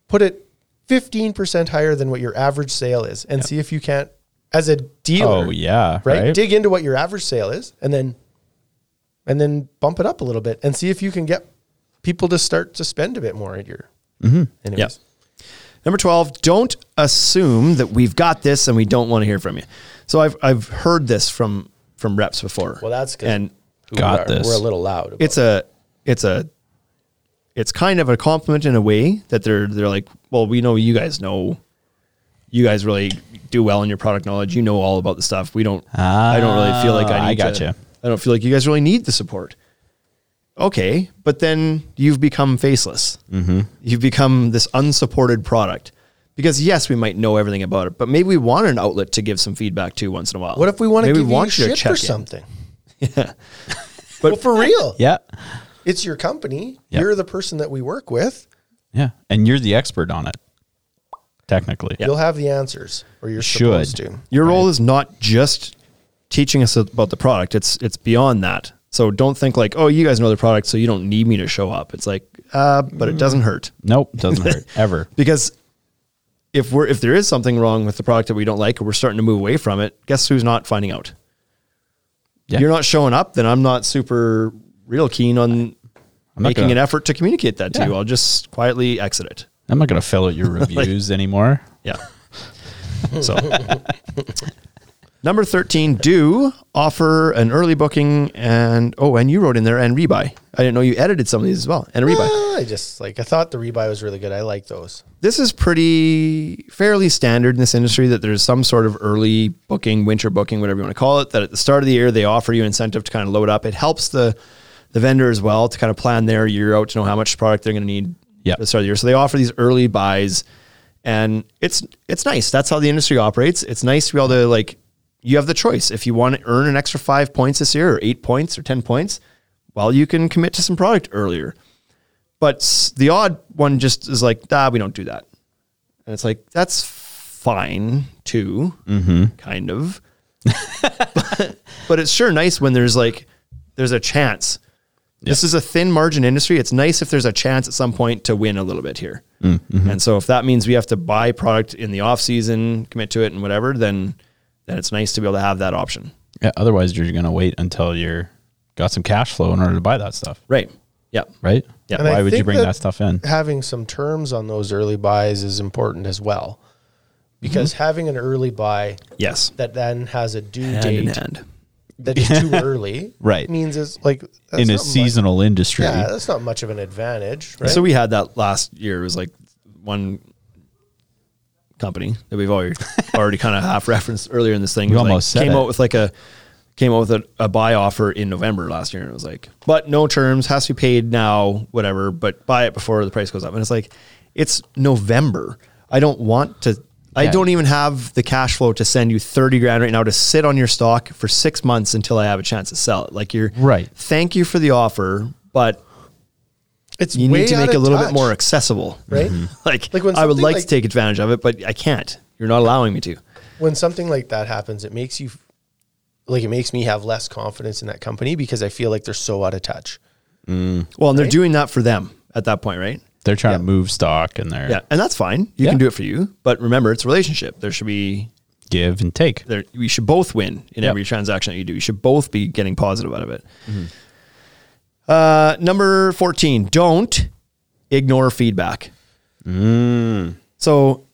[SPEAKER 4] put it fifteen percent higher than what your average sale is, and see if you can't as a dealer.
[SPEAKER 3] Oh yeah.
[SPEAKER 4] right?
[SPEAKER 3] Right.
[SPEAKER 4] Dig into what your average sale is, and then and then bump it up a little bit, and see if you can get people to start to spend a bit more at your. Anyways,
[SPEAKER 1] Mm-hmm. Yeah. Number 12, don't assume that we've got this and we don't want to hear from you. So I've, I've heard this from, from reps before.
[SPEAKER 4] Well, that's 'cause-
[SPEAKER 1] And
[SPEAKER 4] Who
[SPEAKER 3] Got
[SPEAKER 4] are-
[SPEAKER 3] this.
[SPEAKER 4] We're a little loud. about
[SPEAKER 1] it's a, it's a, it's kind of a compliment in a way that they're, they're like, well, we know you guys know, you guys really do well in your product knowledge. You know all about the stuff. We don't, I don't really feel like
[SPEAKER 3] Ah,
[SPEAKER 1] I
[SPEAKER 3] I
[SPEAKER 1] need
[SPEAKER 3] gotcha.
[SPEAKER 1] to, I don't feel like you guys really need the support. Okay. But then you've become faceless
[SPEAKER 3] Mm-hmm.
[SPEAKER 1] you've become this unsupported product. Because yes, we might know everything about it, but maybe we want an outlet to give some feedback to once in a while.
[SPEAKER 4] What if we want to
[SPEAKER 1] Maybe
[SPEAKER 4] give you shit
[SPEAKER 1] check
[SPEAKER 4] for
[SPEAKER 1] in. [LAUGHS]
[SPEAKER 4] something? [LAUGHS] well, for real,
[SPEAKER 3] Yeah.
[SPEAKER 4] it's your company.
[SPEAKER 3] Yeah.
[SPEAKER 4] You're the person that we work with.
[SPEAKER 3] Yeah. And you're the expert on it. Technically.
[SPEAKER 4] You'll have the answers, or you're
[SPEAKER 3] Should.
[SPEAKER 4] supposed to.
[SPEAKER 1] Your role is not just teaching us about the product; it's it's beyond that. So don't think like, oh, you guys know the product, so you don't need me to show up. It's like, uh, but it doesn't hurt
[SPEAKER 3] Nope. Doesn't [LAUGHS] hurt ever.
[SPEAKER 1] because if we're if there is something wrong with the product that we don't like, or we're starting to move away from it, guess who's not finding out?
[SPEAKER 3] Yeah.
[SPEAKER 1] You're not showing up, then I'm not super real keen on
[SPEAKER 3] not
[SPEAKER 1] making
[SPEAKER 3] gonna-
[SPEAKER 1] an effort to communicate that to
[SPEAKER 3] Yeah.
[SPEAKER 1] you. I'll just quietly exit it.
[SPEAKER 3] I'm not gonna fill out [LAUGHS] your reviews anymore.
[SPEAKER 1] Yeah. so number 13, do offer an early booking and oh, and you wrote in there and rebuy. I didn't know you edited some of these as well. And a rebuy.
[SPEAKER 4] Ah, I just like I thought the rebuy was really good. I like those.
[SPEAKER 1] this is pretty fairly standard in this industry that there's some sort of early booking, winter booking, whatever you want to call it, that at the start of the year they offer you an incentive to kind of load up. It helps the the vendor as well to kind of plan their year out to know how much product they're going to need
[SPEAKER 3] Yeah.
[SPEAKER 1] at the start of the year. So they offer these early buys and it's it's nice. That's how the industry operates. It's nice to be able to like you have the choice. If you want to earn an extra five points this year or eight points or ten points, well you can commit to some product earlier But s- the odd one just is like, ah, we don't do that. And it's like, that's fine too, kind of. but, but it's sure nice when there's like, there's a chance. This is a thin margin industry. It's nice if there's a chance at some point to win a little bit here. And so if that means we have to buy product in the off season, commit to it and whatever, then then it's nice to be able to have that option.
[SPEAKER 3] Yeah, otherwise, you're going to wait until you're got some cash flow in order to buy that stuff,
[SPEAKER 1] Right. Yeah.
[SPEAKER 3] right?
[SPEAKER 1] Yeah.
[SPEAKER 3] Yeah.
[SPEAKER 1] And
[SPEAKER 3] Why
[SPEAKER 4] I
[SPEAKER 3] would you
[SPEAKER 4] think
[SPEAKER 3] bring
[SPEAKER 4] that-
[SPEAKER 3] that stuff in?
[SPEAKER 4] having some terms on those early buys is important as well because
[SPEAKER 1] Mm-hmm.
[SPEAKER 4] having an early buy
[SPEAKER 1] Yes.
[SPEAKER 4] that then has a due
[SPEAKER 1] Hand in
[SPEAKER 4] date
[SPEAKER 1] hand.
[SPEAKER 4] that is
[SPEAKER 1] [LAUGHS]
[SPEAKER 4] too early
[SPEAKER 3] Right.
[SPEAKER 4] means it's like that's
[SPEAKER 3] in
[SPEAKER 4] not
[SPEAKER 3] a
[SPEAKER 4] much-
[SPEAKER 3] seasonal industry.
[SPEAKER 4] yeah that's not much of an advantage right
[SPEAKER 1] So we had that last year. It was like one company that we've already already kind of half referenced earlier in this thing.
[SPEAKER 3] You
[SPEAKER 1] was like-
[SPEAKER 3] almost said
[SPEAKER 1] came
[SPEAKER 3] it.
[SPEAKER 1] out with like a came out with a, a buy offer in November last year, and it was like, but no terms, has to be paid now, whatever. But buy it before the price goes up. And it's like, it's November. I don't want to. I
[SPEAKER 3] Yeah.
[SPEAKER 1] don't even have the cash flow to send you 30 grand right now to sit on your stock for six months until I have a chance to sell it. Like you're
[SPEAKER 3] Right.
[SPEAKER 1] Thank you for the offer, but
[SPEAKER 4] it's
[SPEAKER 1] you
[SPEAKER 4] way
[SPEAKER 1] need to
[SPEAKER 4] out
[SPEAKER 1] make
[SPEAKER 4] of
[SPEAKER 1] a little
[SPEAKER 4] touch,
[SPEAKER 1] bit more accessible, Mm-hmm.
[SPEAKER 4] right
[SPEAKER 1] Like,
[SPEAKER 4] [LAUGHS] Like when
[SPEAKER 1] I would
[SPEAKER 4] something
[SPEAKER 1] like,
[SPEAKER 4] like-
[SPEAKER 1] to take advantage of it, but I can't. You're not allowing me to.
[SPEAKER 4] when something like that happens it makes you like it makes me have less confidence in that company because i feel like they're so out of touch
[SPEAKER 1] Well, and they're doing that for them at that point, right?
[SPEAKER 3] They're trying to move stock and they're
[SPEAKER 1] Yeah, and that's fine. You
[SPEAKER 3] Yeah.
[SPEAKER 1] can do it for you, but remember, it's a relationship. There should be
[SPEAKER 3] give and take.
[SPEAKER 1] there. We should both win in
[SPEAKER 3] Yeah.
[SPEAKER 1] every transaction that you do. You should both be getting positive out of it. Uh, number fourteen: Don't ignore feedback. So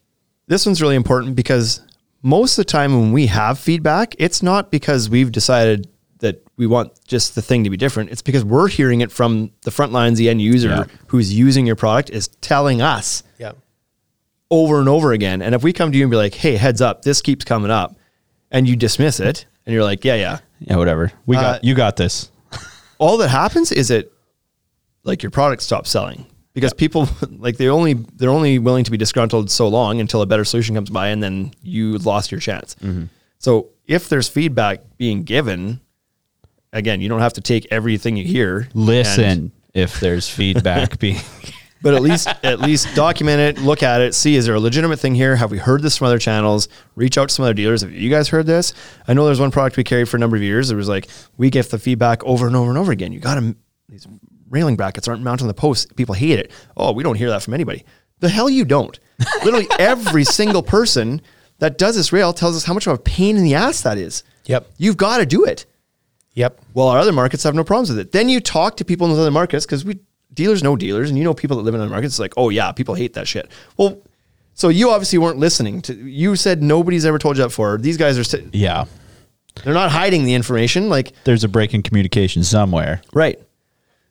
[SPEAKER 1] this one's really important because most of the time when we have feedback, it's not because we've decided that we want just the thing to be different. It's because we're hearing it from the front lines, the end user
[SPEAKER 3] Yeah.
[SPEAKER 1] who's using your product is telling us
[SPEAKER 4] yeah
[SPEAKER 1] over and over again. And if we come to you and be like, hey, heads up, this keeps coming up, and you dismiss it, and you're like, yeah, yeah,
[SPEAKER 3] Yeah, whatever. We
[SPEAKER 4] Uh,
[SPEAKER 3] got you got this.
[SPEAKER 1] all that happens is it like your product stops selling because people [LAUGHS] like they only they're only willing to be disgruntled so long until a better solution comes by and then you lost your chance. So if there's feedback being given, again, you don't have to take everything you hear. and-
[SPEAKER 3] Listen if there's
[SPEAKER 1] [LAUGHS]
[SPEAKER 3] feedback being
[SPEAKER 1] but at least at least document it, look at it, see is there a legitimate thing here? Have we heard this from other channels? Reach out to some other dealers. Have you guys heard this? I know there's one product we carried for a number of years. It was like we get the feedback over and over and over again. You got to these railing brackets aren't mounted on the post. People hate it. Oh, we don't hear that from anybody. The hell you don't. Literally every single person that does this rail tells us how much of a pain in the ass that is.
[SPEAKER 4] Yep.
[SPEAKER 1] You've got to do it.
[SPEAKER 4] yep
[SPEAKER 1] Well, our other markets have no problems with it. Then you talk to people in those other markets because we dealers know dealers, and you know people that live in other markets. It's like, oh yeah, people hate that shit. Well, so you obviously weren't listening to. You said nobody's ever told you that before. These guys are si-
[SPEAKER 3] Yeah.
[SPEAKER 1] they're not hiding the information. Like
[SPEAKER 3] There's a break in communication somewhere.
[SPEAKER 1] Right.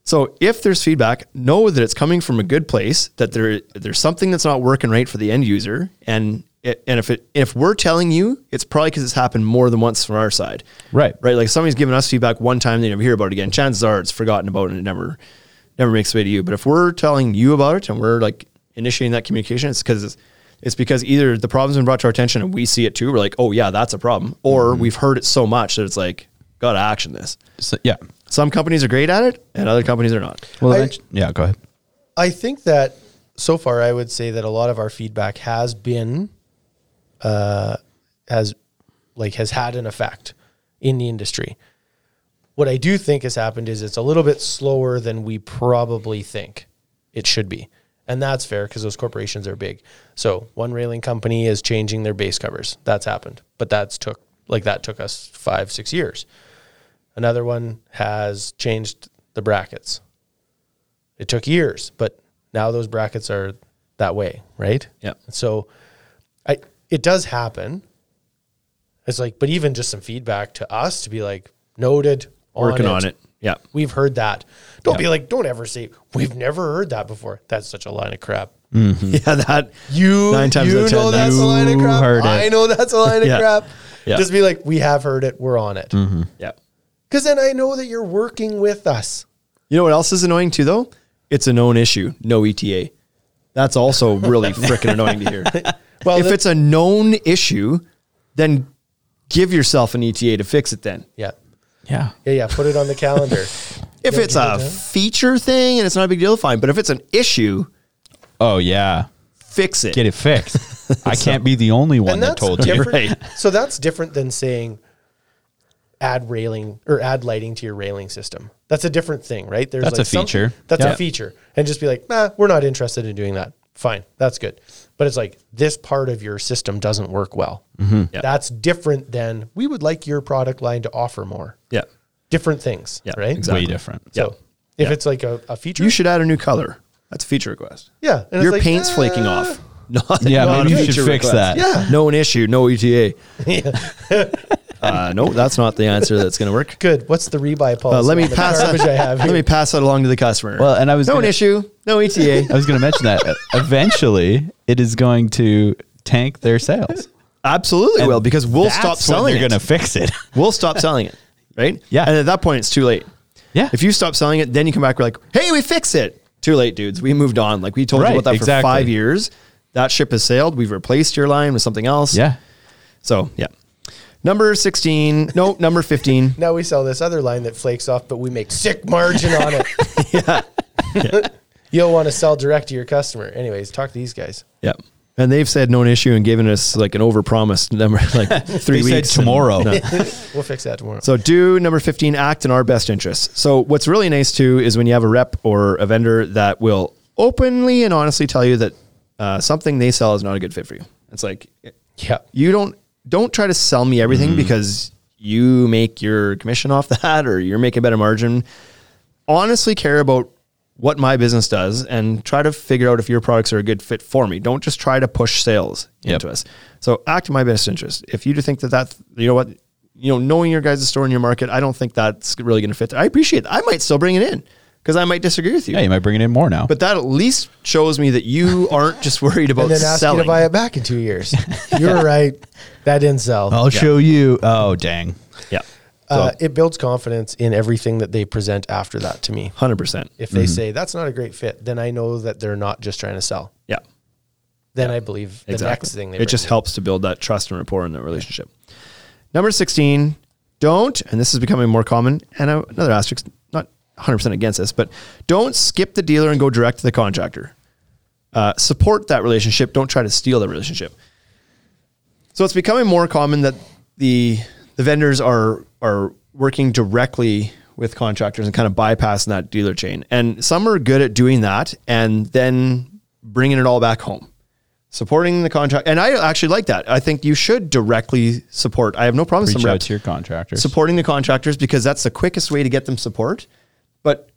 [SPEAKER 1] So if there's feedback, know that it's coming from a good place. That there there's something that's not working right for the end user, and it, and if it if we're telling you, it's probably because it's happened more than once from our side.
[SPEAKER 3] Right.
[SPEAKER 1] Right. Like somebody's given us feedback one time, they never hear about it again. Chances are it's forgotten about and it never never makes its way to you. But if we're telling you about it and we're like initiating that communication, it's because it's, it's because either the problem's been brought to our attention and we see it too. We're like, oh yeah, that's a problem, or we've heard it so much that it's like, gotta action this
[SPEAKER 3] So, yeah.
[SPEAKER 1] some companies are great at it and other companies are not.
[SPEAKER 3] Well,
[SPEAKER 4] I-
[SPEAKER 3] eventu- yeah, go ahead.
[SPEAKER 4] I think that so far, I would say that a lot of our feedback has been, uh, has like has had an effect in the industry. What I do think has happened is it's a little bit slower than we probably think it should be. And that's fair because those corporations are big. So one railing company is changing their base covers. That's happened. But that's took like that took us five, six years. Another one has changed the brackets it took years, but now those brackets are that way, right?
[SPEAKER 1] Yep.
[SPEAKER 4] So I it does happen. It's like, but even just some feedback to us to be like, noted,
[SPEAKER 1] Working on it. Yeah.
[SPEAKER 4] We've heard that. Don't be like, don't ever say, we've never heard that before. That's such a line of crap.
[SPEAKER 1] [LAUGHS] Yeah, that
[SPEAKER 4] You,
[SPEAKER 1] Mm. Nine times
[SPEAKER 4] you
[SPEAKER 1] out of ten,
[SPEAKER 4] know that's a
[SPEAKER 1] you
[SPEAKER 4] line of crap.
[SPEAKER 3] heard it.
[SPEAKER 4] I know that's a line
[SPEAKER 1] [LAUGHS]
[SPEAKER 4] of
[SPEAKER 1] Yeah.
[SPEAKER 4] crap.
[SPEAKER 1] Yeah. Mm-hmm.
[SPEAKER 4] Just be like, we have heard it. We're on it. Because
[SPEAKER 1] yeah.
[SPEAKER 4] then I know that you're working with us.
[SPEAKER 1] You know what else is annoying too though? It's a known issue, no ETA. That's also really freaking annoying to hear.
[SPEAKER 4] Well,
[SPEAKER 1] if
[SPEAKER 4] that-
[SPEAKER 1] it's a known issue, then give yourself an ETA to fix it then.
[SPEAKER 3] Yeah.
[SPEAKER 4] yeah.
[SPEAKER 1] [LAUGHS]
[SPEAKER 4] Yeah, yeah. Put it on the calendar.
[SPEAKER 1] If it's a feature thing and it's not a big deal, fine. But if it's an issue,
[SPEAKER 3] Oh yeah,
[SPEAKER 1] fix it.
[SPEAKER 3] get
[SPEAKER 1] [LAUGHS]
[SPEAKER 3] it fixed. I can't be the only one that told you.
[SPEAKER 4] different-
[SPEAKER 1] Right.
[SPEAKER 4] So that's different than saying add railing or add lighting to your railing system. That's a different thing, right? There's
[SPEAKER 3] That's
[SPEAKER 4] like
[SPEAKER 3] a feature.
[SPEAKER 4] that's
[SPEAKER 3] Yeah.
[SPEAKER 4] a feature, and just be like, nah, we're not interested in doing that. Fine, that's good. But it's like this part of your system doesn't work well.
[SPEAKER 1] Mm-hmm. Yeah.
[SPEAKER 4] That's different than we would like your product line to offer more.
[SPEAKER 1] Yeah.
[SPEAKER 4] Different things,
[SPEAKER 1] Yeah,
[SPEAKER 4] right?
[SPEAKER 1] exactly.
[SPEAKER 3] Way different.
[SPEAKER 4] So if it's like a, a feature,
[SPEAKER 1] You should add a new color. That's a feature request.
[SPEAKER 4] yeah, and it's
[SPEAKER 1] Your
[SPEAKER 4] like,
[SPEAKER 1] paint's
[SPEAKER 4] "Ah."
[SPEAKER 1] flaking off. [LAUGHS] Not,
[SPEAKER 3] Yeah,
[SPEAKER 1] not
[SPEAKER 3] maybe
[SPEAKER 1] a
[SPEAKER 3] you should
[SPEAKER 1] feature
[SPEAKER 3] fix
[SPEAKER 1] request.
[SPEAKER 3] that.
[SPEAKER 4] Yeah.
[SPEAKER 1] No an issue. No
[SPEAKER 4] [LAUGHS]
[SPEAKER 1] ETA. uh, no, that's not the answer that's going to
[SPEAKER 4] [LAUGHS]
[SPEAKER 1] work.
[SPEAKER 4] Good. What's the rebuy policy?
[SPEAKER 1] Uh, let me
[SPEAKER 4] on the
[SPEAKER 1] pass
[SPEAKER 4] garbage
[SPEAKER 1] that.
[SPEAKER 4] I
[SPEAKER 1] [LAUGHS]
[SPEAKER 4] have
[SPEAKER 1] Let
[SPEAKER 4] here?
[SPEAKER 1] me pass that along to the customer.
[SPEAKER 3] Well, and I was
[SPEAKER 1] no an
[SPEAKER 3] gonna-
[SPEAKER 1] issue. No E
[SPEAKER 3] [LAUGHS]
[SPEAKER 1] ETA.
[SPEAKER 3] I was going to mention that uh, eventually it is going to tank their sales.
[SPEAKER 1] Absolutely will because we'll stop selling
[SPEAKER 3] You're
[SPEAKER 1] it.
[SPEAKER 3] going to
[SPEAKER 1] [LAUGHS]
[SPEAKER 3] fix it.
[SPEAKER 1] we'll stop selling it, right?
[SPEAKER 3] Yeah.
[SPEAKER 1] And at that point, it's too late.
[SPEAKER 3] Yeah.
[SPEAKER 1] If you stop selling it, then you come back. We're like, hey, we fix it. Too late, dudes. We moved on. Like we told
[SPEAKER 3] Right,
[SPEAKER 1] you about that
[SPEAKER 3] exactly.
[SPEAKER 1] for five years. That ship has sailed. We've replaced your line with something else.
[SPEAKER 3] yeah.
[SPEAKER 1] So yeah. Number sixteen. No, number fifteen.
[SPEAKER 4] now we sell this other line that flakes off, but we make sick margin on it. [LAUGHS] You'll want to sell direct to your customer. Anyways, talk to these guys.
[SPEAKER 1] Yeah. And they've said no an issue and given us like an overpromised number, like three
[SPEAKER 3] [LAUGHS] They said
[SPEAKER 1] weeks and-
[SPEAKER 3] tomorrow.
[SPEAKER 4] We'll fix that tomorrow.
[SPEAKER 1] So do number 15 act in our best interest. So what's really nice too is when you have a rep or a vendor that will openly and honestly tell you that uh, something they sell is not a good fit for you. It's like
[SPEAKER 4] yeah.
[SPEAKER 1] you don't don't try to sell me everything because you make your commission off [LAUGHS] that or you're making a better margin. Honestly care about what my business does and try to figure out if your products are a good fit for me. Don't just try to push sales
[SPEAKER 3] Yep.
[SPEAKER 1] into us. So act in my best interest. If you do think that that you know what you know knowing your guys' store and your market, I don't think that's really going to fit. There. I appreciate that. I might still bring it in because I might disagree with you.
[SPEAKER 3] Yeah, you might bring it in more now.
[SPEAKER 1] But that at least shows me that
[SPEAKER 4] [LAUGHS]
[SPEAKER 1] you aren't just worried about
[SPEAKER 4] And then ask
[SPEAKER 1] selling.
[SPEAKER 4] you to buy it back in two
[SPEAKER 1] [LAUGHS]
[SPEAKER 4] years. You're right. That didn't sell.
[SPEAKER 3] I'll show you. Oh, dang.
[SPEAKER 1] Yeah.
[SPEAKER 4] Uh, it builds confidence in everything that they present after that to me.
[SPEAKER 1] 100%.
[SPEAKER 4] If they say that's not a great fit, then I know that they're not just trying to sell.
[SPEAKER 1] Yeah.
[SPEAKER 4] Then I believe the next thing they
[SPEAKER 1] it just
[SPEAKER 4] bring.
[SPEAKER 1] helps to build that trust and rapport in that relationship. Number 16, don't, and this is becoming more common, and uh, another asterisk, not 100% against this, but don't skip the dealer and go direct to the contractor. Uh, support that relationship. Don't try to steal that relationship. So it's becoming more common that the the vendors are are working directly with contractors and kind of bypassing that dealer chain. And some are good at doing that and then bringing it all back home supporting the contract. And I actually like that. I think you should directly support. I have no problem with
[SPEAKER 3] Reach
[SPEAKER 1] some
[SPEAKER 3] out
[SPEAKER 1] reps
[SPEAKER 3] to your contractors.
[SPEAKER 1] supporting the contractors because that's the quickest way to get them support. But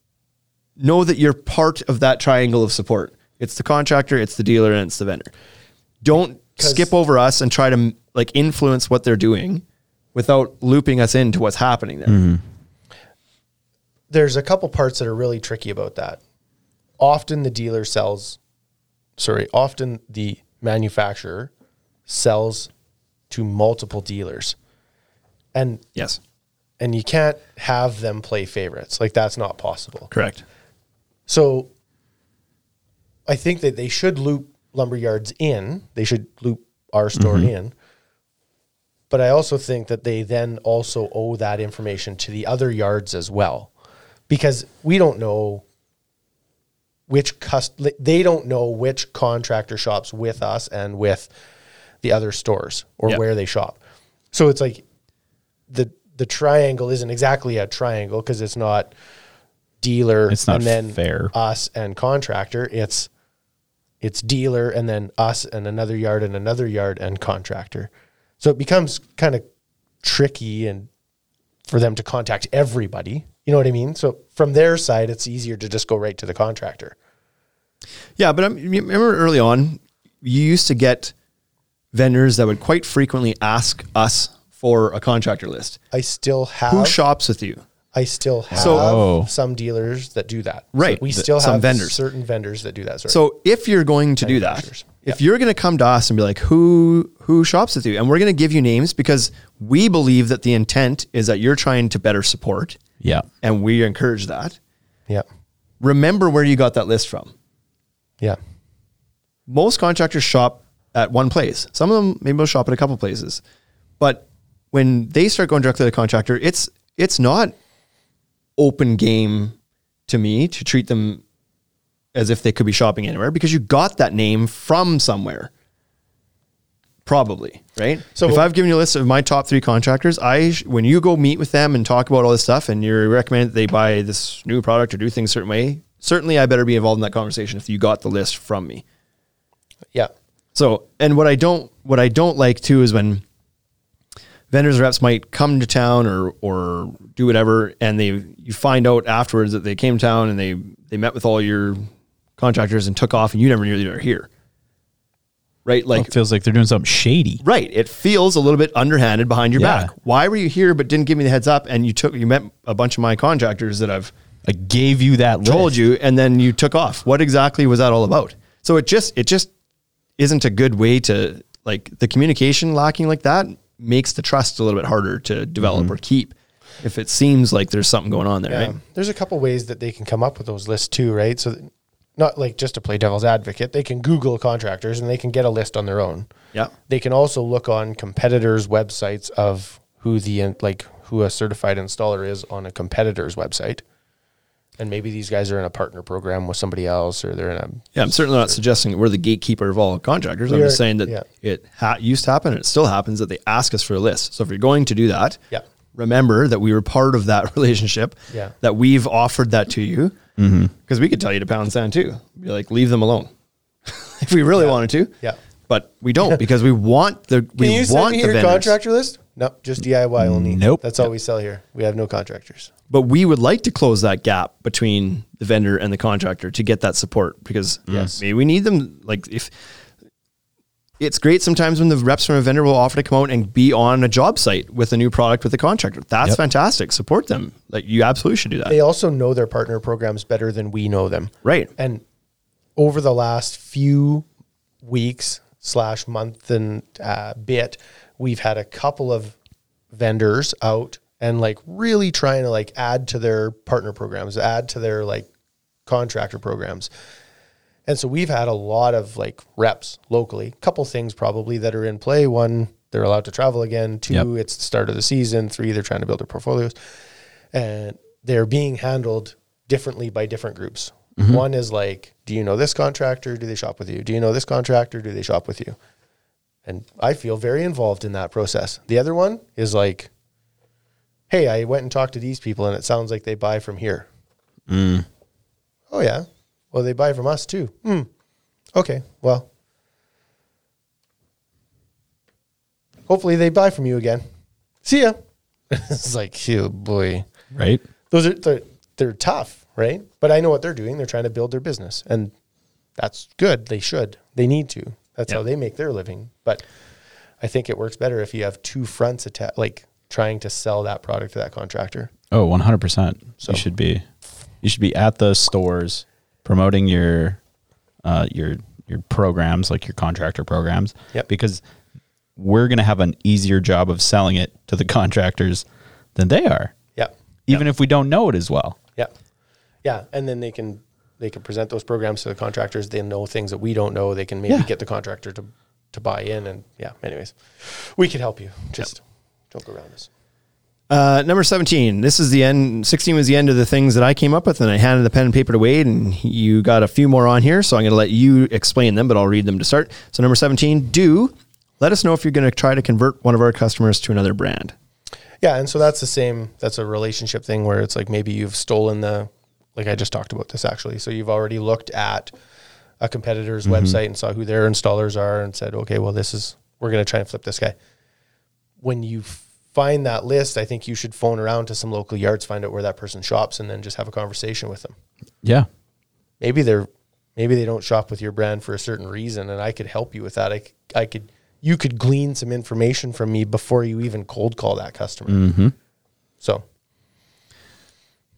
[SPEAKER 1] know that you're part of that triangle of support. It's the contractor, it's the dealer, and it's the vendor. Don't
[SPEAKER 4] 'Cause-
[SPEAKER 1] skip over us and try to like influence what they're doing without looping us into what's happening there.
[SPEAKER 4] there's a couple parts that are really tricky about that. Often the dealer sells, sorry, often the manufacturer sells to multiple dealers. And
[SPEAKER 1] Yes.
[SPEAKER 4] and you can't have them play favorites. Like that's not possible.
[SPEAKER 1] Correct.
[SPEAKER 4] So I think that they should loop lumber yards in. They should loop our store in. But I also think that they then also owe that information to the other yards as well. Because we don't know which cust- they don't know which contractor shops with us and with the other stores or
[SPEAKER 1] Yeah.
[SPEAKER 4] where they shop. So it's like the the triangle isn't exactly a triangle because it's not dealer
[SPEAKER 3] It's not
[SPEAKER 4] and then
[SPEAKER 3] fair.
[SPEAKER 4] us and contractor. It's it's dealer and then us and another yard and another yard and contractor. So it becomes kind of tricky and for them to contact everybody. You know what I mean? So from their side, it's easier to just go right to the contractor.
[SPEAKER 1] Yeah, but I'm, you remember early on, you used to get vendors that would quite frequently ask us for a contractor list.
[SPEAKER 4] I still have
[SPEAKER 1] Who shops with you?
[SPEAKER 4] I still have
[SPEAKER 3] Oh.
[SPEAKER 4] some dealers that do that.
[SPEAKER 1] Right.
[SPEAKER 4] we
[SPEAKER 1] Th-
[SPEAKER 4] still
[SPEAKER 1] some
[SPEAKER 4] have
[SPEAKER 1] vendors.
[SPEAKER 4] certain vendors that do that. Sorry.
[SPEAKER 1] So if you're going to do that,
[SPEAKER 4] Manufacturers.
[SPEAKER 1] if you're going to come to us and be like, who who shops with you, and we're going to give you names because we believe that the intent is that you're trying to better support,
[SPEAKER 3] yeah.
[SPEAKER 1] and we encourage that.
[SPEAKER 4] yeah,
[SPEAKER 1] Remember where you got that list from.
[SPEAKER 4] yeah,
[SPEAKER 1] most contractors shop at one place. Some of them maybe will shop at a couple places, but when they start going directly to the contractor, it's it's not open game to me to treat them as if they could be shopping anywhere because you got that name from somewhere. Probably, right? So
[SPEAKER 4] So-
[SPEAKER 1] if I've given you a list of my top three contractors, I sh- when you go meet with them and talk about all this stuff, and you recommend that they buy this new product or do things a certain way, certainly I better be involved in that conversation if you got the list from me.
[SPEAKER 4] Yeah.
[SPEAKER 1] So, and what I don't what I don't like too is when vendors reps might come to town or or do whatever, and they you find out afterwards that they came to town and they they met with all your contractors and took off, and you never knew they were here. Right, like
[SPEAKER 3] It feels like they're doing something shady.
[SPEAKER 1] right, it feels a little bit underhanded behind your
[SPEAKER 3] Yeah.
[SPEAKER 1] back. Why were you here but didn't give me the heads up? And you took you met a bunch of my contractors that I've
[SPEAKER 3] I gave you that list.
[SPEAKER 1] told you and then you took off what exactly was that all about so it just it just isn't a good way to like the communication lacking like that makes the trust a little bit harder to develop or keep if it seems like there's something going on there right
[SPEAKER 4] Um, there's a couple ways that they can come up with those lists too, right? So, that- not like just to play devil's advocate, they can Google contractors and they can get a list on their own.
[SPEAKER 1] yeah
[SPEAKER 4] They can also look on competitors' websites of who the in- like who a certified installer is on a competitor's website, and maybe these guys are in a partner program with somebody else, or they're in a
[SPEAKER 1] yeah i'm certainly not suggesting that we're the gatekeeper of all contractors i'm
[SPEAKER 4] We
[SPEAKER 1] just
[SPEAKER 4] are-
[SPEAKER 1] saying that
[SPEAKER 4] yeah.
[SPEAKER 1] it ha- used to happen and it still happens that they ask us for a list so if you're going to do that
[SPEAKER 4] Yeah.
[SPEAKER 1] remember that we were part of that [LAUGHS] relationship
[SPEAKER 4] Yeah.
[SPEAKER 1] that we've offered that to you because we could tell you to pound sand too be like leave them alone [LAUGHS] if we really wanted to
[SPEAKER 4] Yeah.
[SPEAKER 1] but we don't because we want the we
[SPEAKER 4] Can you
[SPEAKER 1] want
[SPEAKER 4] send me
[SPEAKER 1] the
[SPEAKER 4] your
[SPEAKER 1] vendors.
[SPEAKER 4] contractor list? No, just DIY only.
[SPEAKER 3] Nope.
[SPEAKER 4] That's all we sell here. We have no contractors.
[SPEAKER 1] but we would like to close that gap between the vendor and the contractor to get that support because yes, we need them. Like if it's great sometimes when the reps from a vendor will offer to come out and be on a job site with a new product with the contractor. That's
[SPEAKER 3] Yep.
[SPEAKER 1] fantastic. Support them. Like you absolutely should do that.
[SPEAKER 4] They also know their partner programs better than we know them.
[SPEAKER 1] right.
[SPEAKER 4] And over the last few weeks slash month and uh, bit, we've had a couple of vendors out and like really trying to like add to their partner programs, add to their like contractor programs. And so we've had a lot of like reps locally. Couple things probably that are in play. One, they're allowed to travel again. Two,
[SPEAKER 3] Yep.
[SPEAKER 4] it's the start of the season. Three, they're trying to build their portfolios. And they're being handled differently by different groups. One is like, do you know this contractor? Do they shop with you? Do you know this contractor? Do they shop with you? And I feel very involved in that process. The other one is like, hey, I went and talked to these people and it sounds like they buy from here. Oh, yeah. Well, they buy from us too. Hmm. Okay. Well, hopefully they buy from you again. See ya. [LAUGHS] it's like, oh boy.
[SPEAKER 3] right?
[SPEAKER 4] Those are, they're, they're tough, right? But I know what they're doing. They're trying to build their business. And that's good. They should. They need to. That's how they make their living. But I think it works better if you have two fronts atta- like trying to sell that product to that contractor.
[SPEAKER 3] Oh, 100%. you should be you should be at the stores promoting your uh your your programs like your contractor programs
[SPEAKER 4] Yep.
[SPEAKER 3] because we're going to have an easier job of selling it to the [LAUGHS] contractors than they are.
[SPEAKER 4] Yeah.
[SPEAKER 3] Even if we don't know it as well.
[SPEAKER 4] Yeah. Yeah. And then they can they can present those programs to the contractors. They know things that we don't know. They can maybe
[SPEAKER 3] Yeah.
[SPEAKER 4] get the contractor to to buy in and yeah, anyways. We could help you. Just don't go around us.
[SPEAKER 1] Uh, number 17. This is the end. 16 was the end of the things that I came up with, and I handed the pen and paper to Wade, and you got a few more on here. So I'm going to let you explain them, but I'll read them to start. So, number 17, do let us know if you're going to try to convert one of our customers to another brand.
[SPEAKER 4] Yeah, and so that's the same. That's a relationship thing where it's like maybe you've stolen the, like I just talked about this actually. So you've already looked at a competitor's website and saw who their installers are and said, okay, well, this is, we're going to try and flip this guy. When you find that list, I think you should phone around to some local yards, find out where that person shops, and then just have a conversation with them.
[SPEAKER 3] Yeah.
[SPEAKER 4] Maybe they're, maybe they don't shop with your brand for a certain reason, and I could help you with that. I, c- I could, you could glean some information from me before you even cold call that customer.
[SPEAKER 1] Mm-hmm.
[SPEAKER 4] So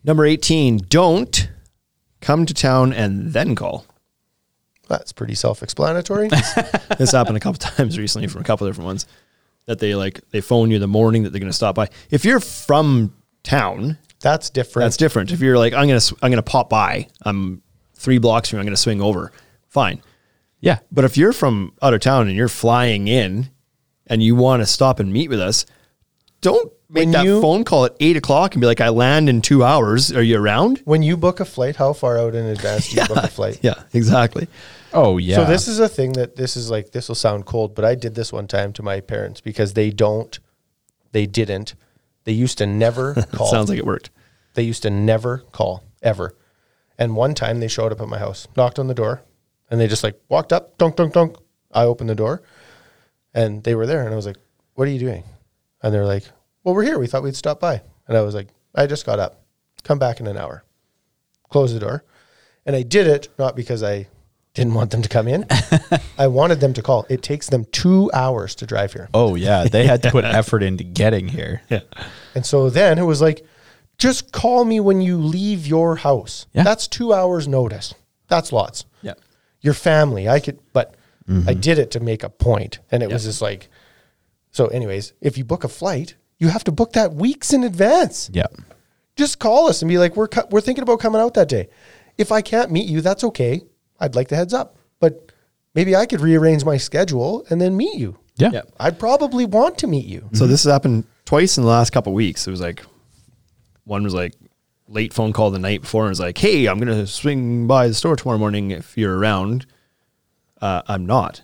[SPEAKER 1] Number 18, don't come to town and then call.
[SPEAKER 4] That's
[SPEAKER 1] [LAUGHS]
[SPEAKER 4] pretty self-explanatory.
[SPEAKER 1] this happened a couple [LAUGHS] times recently from a couple different ones that they like, they phone you the morning that they're going to stop by. If you're from town,
[SPEAKER 4] That's different.
[SPEAKER 1] That's different. If you're like, I'm gonna, sw- I'm gonna pop by. I'm three blocks from. you, I'm gonna swing over. Fine.
[SPEAKER 3] Yeah.
[SPEAKER 1] But if you're from out of town and you're flying in, and you want to stop and meet with us, don't make
[SPEAKER 4] When
[SPEAKER 1] that
[SPEAKER 4] you-
[SPEAKER 1] phone call at eight o'clock and be like, I land in two hours. Are you around? [LAUGHS]
[SPEAKER 4] When you book a flight, how far out in advance do you book a flight?
[SPEAKER 1] Yeah, exactly.
[SPEAKER 3] Oh yeah.
[SPEAKER 4] So this is a thing that this is like this will sound cold, but I did this one time to my parents because they don't, they didn't, they used to never call.
[SPEAKER 1] [LAUGHS] Sounds like it worked.
[SPEAKER 4] They used to never call ever. And one time they showed up at my house, knocked on the door, and they just like walked up, dunk, dunk, dunk. I opened the door and they were there. And I was like, What are you doing? And they're like, Well, we're here. We thought we'd stop by. And I was like, I just got up. Come back in an hour. Close the door. And I did it not because I didn't want them to come in. I wanted them to call. It takes them two hours to drive here.
[SPEAKER 3] oh yeah. They had
[SPEAKER 4] [LAUGHS]
[SPEAKER 3] to put effort into getting here. Yeah.
[SPEAKER 4] And so then it was like, just call me when you leave your house.
[SPEAKER 3] Yeah.
[SPEAKER 4] That's two hours notice. That's lots.
[SPEAKER 3] Yeah. Mm-hmm.
[SPEAKER 4] Your family, I could, but I did it to make a point, and it was just like, so. Anyways, if you book a flight, you have to book that weeks in advance. Just call us and be like, we're cu- we're thinking about coming out that day. If I can't meet you, that's okay. I'd like the heads up, but maybe I could rearrange my schedule and then meet you.
[SPEAKER 3] Yeah.
[SPEAKER 1] Yep.
[SPEAKER 4] I'd probably want to meet you.
[SPEAKER 1] So this has happened twice in the last couple of weeks. It was like one was like late phone call the night before and was like, "Hey, I'm gonna swing by the store tomorrow morning if you're around." Uh, I'm not.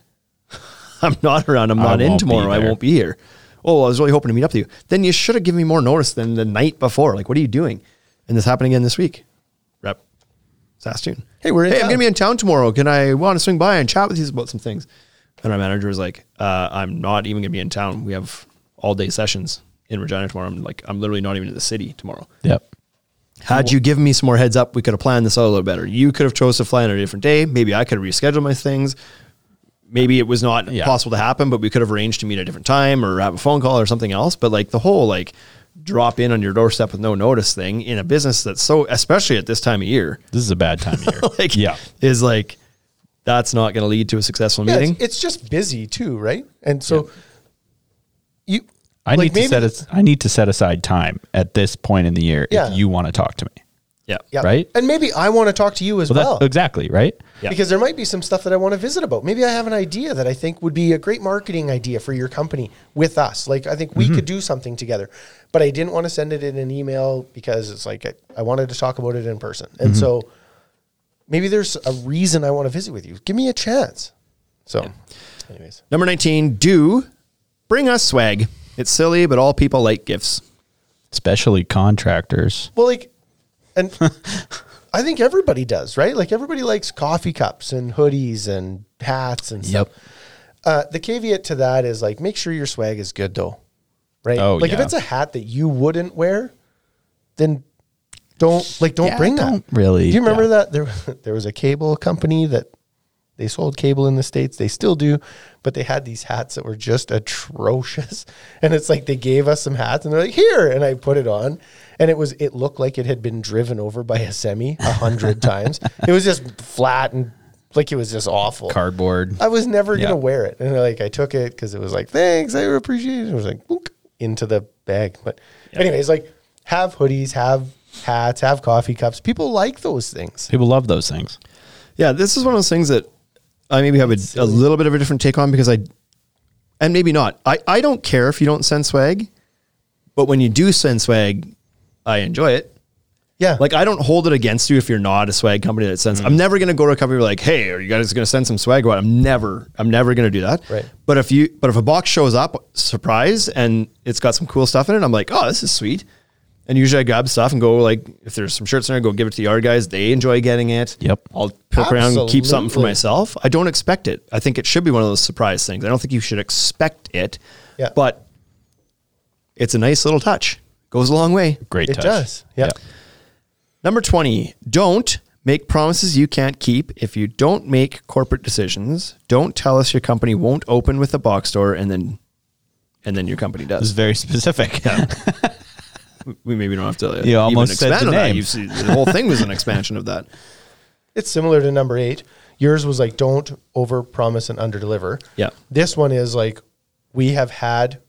[SPEAKER 1] [LAUGHS] I'm not around. I'm not in
[SPEAKER 3] won't be
[SPEAKER 1] tomorrow. I
[SPEAKER 3] there.
[SPEAKER 1] won't be here. Oh, I was really hoping to meet up with you. Then you should have given me more notice than the night before. Like, what are you doing? And this happened again this week. Rep Sastoon.
[SPEAKER 4] Hey, we're in
[SPEAKER 1] Hey, I'm
[SPEAKER 4] town.
[SPEAKER 1] gonna be in town tomorrow. Can I want to swing by and chat with you about some things? And our manager was like, uh, I'm not even gonna be in town. We have all day sessions in Regina tomorrow. I'm like, I'm literally not even in the city tomorrow.
[SPEAKER 3] Yep.
[SPEAKER 1] Had you given me some more heads up, we could have planned this out a little better. You could have chose to fly on a different day. Maybe I could have rescheduled my things. Maybe it was not
[SPEAKER 3] Yeah.
[SPEAKER 1] possible to happen, but we could have arranged to meet at a different time or have a phone call or something else. But like the whole like drop in on your doorstep with no notice thing in a business that's so especially at this time of year, [LAUGHS]
[SPEAKER 3] This is a bad time
[SPEAKER 4] [LAUGHS]
[SPEAKER 3] of year.
[SPEAKER 1] like
[SPEAKER 3] yeah.
[SPEAKER 1] is like that's not going to lead to a successful
[SPEAKER 4] Yeah,
[SPEAKER 1] meeting.
[SPEAKER 4] It's, it's just busy too, right? And so you,
[SPEAKER 3] I
[SPEAKER 4] like,
[SPEAKER 3] need to set
[SPEAKER 4] maybe-
[SPEAKER 3] as, I need to set aside time at this point in the year
[SPEAKER 4] Yeah.
[SPEAKER 3] if you want to talk to me.
[SPEAKER 1] yeah.
[SPEAKER 4] yeah.
[SPEAKER 3] right?
[SPEAKER 4] And maybe I want to talk to you as
[SPEAKER 3] Well, that's
[SPEAKER 4] well,
[SPEAKER 3] exactly right.
[SPEAKER 1] Yeah.
[SPEAKER 4] because there might be some stuff that I want to visit about. Maybe I have an idea that I think would be a great marketing idea for your company with us. Like I think we
[SPEAKER 3] Mm-hmm.
[SPEAKER 4] could do something together, but I didn't want to send it in an email because it's like I, I wanted to talk about it in person. And
[SPEAKER 3] Mm-hmm.
[SPEAKER 4] so maybe there's a reason I want to visit with you. Give me a chance. So, anyways,
[SPEAKER 1] Number 19, do bring us swag. It's silly, but all people like gifts.
[SPEAKER 3] Especially contractors.
[SPEAKER 4] Well, like, and I think everybody does, right? Like everybody likes coffee cups and hoodies and hats and stuff. Uh, the caveat to that is like, make sure your swag is good though, right?
[SPEAKER 3] Oh,
[SPEAKER 4] like if
[SPEAKER 3] yeah.
[SPEAKER 4] it's a hat that you wouldn't wear, then don't like don't
[SPEAKER 3] Yeah,
[SPEAKER 4] bring that.
[SPEAKER 3] don't really,
[SPEAKER 4] Do you remember
[SPEAKER 3] yeah.
[SPEAKER 4] that there [LAUGHS] there was a cable company that they sold cable in the states. They still do, but they had these hats that were just atrocious. [LAUGHS] And it's like they gave us some hats and they're like, "Here." And I put it on, and it was it looked like it had been driven over by a semi a hundred [LAUGHS] times. It was just flat and like it was just awful.
[SPEAKER 3] Cardboard.
[SPEAKER 4] I was never
[SPEAKER 3] Yeah.
[SPEAKER 4] gonna wear it, and like I took it because it was like, thanks, I appreciate it. It was like boonk, into the bag, but anyways, like have hoodies, have hats, have coffee cups. People like those things.
[SPEAKER 3] People love those things.
[SPEAKER 1] Yeah, this is one of those things that I maybe have a, a little bit of a different take on because I, and maybe not. I, I don't care if you don't send swag, but when you do send swag, I enjoy it.
[SPEAKER 4] Yeah,
[SPEAKER 1] Like I don't hold it against you if you're not a swag company that sends. I'm never gonna go to a company like, hey, are you guys gonna send some swag? or What? I'm never, I'm never gonna do that.
[SPEAKER 4] Right.
[SPEAKER 1] But if you, but if a box shows up, surprise, and it's got some cool stuff in it, I'm like, oh, this is sweet. And usually I grab stuff and go like, if there's some shirts in there, go give it to the yard guys. They enjoy getting it.
[SPEAKER 3] Yep.
[SPEAKER 1] I'll poke around, and keep something for
[SPEAKER 4] Absolutely.
[SPEAKER 1] myself. I don't expect it. I think it should be one of those surprise things. I don't think you should expect it.
[SPEAKER 4] Yeah.
[SPEAKER 1] But it's a nice little touch. Goes a long way.
[SPEAKER 3] Great
[SPEAKER 4] it
[SPEAKER 3] touch.
[SPEAKER 4] does. Yeah.
[SPEAKER 1] Number 20, don't make promises you can't keep. If you don't make corporate decisions, don't tell us your company won't open with a box store and then and then your company
[SPEAKER 3] This is
[SPEAKER 1] does.
[SPEAKER 4] [LAUGHS]
[SPEAKER 3] very [LAUGHS] specific.
[SPEAKER 1] We maybe don't have to
[SPEAKER 3] You almost said
[SPEAKER 1] expand
[SPEAKER 3] the
[SPEAKER 1] on that.
[SPEAKER 3] name.
[SPEAKER 1] You've seen, the whole thing was an expansion of
[SPEAKER 3] [LAUGHS]
[SPEAKER 1] that.
[SPEAKER 4] It's similar to number eight. Yours was like don't over promise and under deliver.
[SPEAKER 1] Yeah.
[SPEAKER 4] This one is like we have had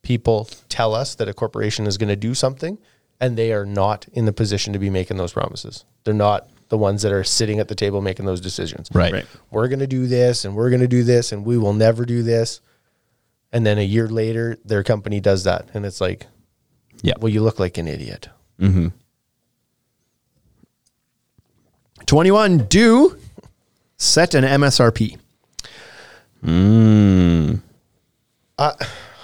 [SPEAKER 4] people tell us that a corporation is going to do something and they are not in the position to be making those promises. They're not the ones that are sitting at the table making those decisions.
[SPEAKER 3] Right.
[SPEAKER 1] Right.
[SPEAKER 4] We're going to do this and we're going to do this and we will never do this. And then a year later their company does that and it's like
[SPEAKER 3] Yeah.
[SPEAKER 4] well, you look like an idiot.
[SPEAKER 1] 21 do set an MSRP.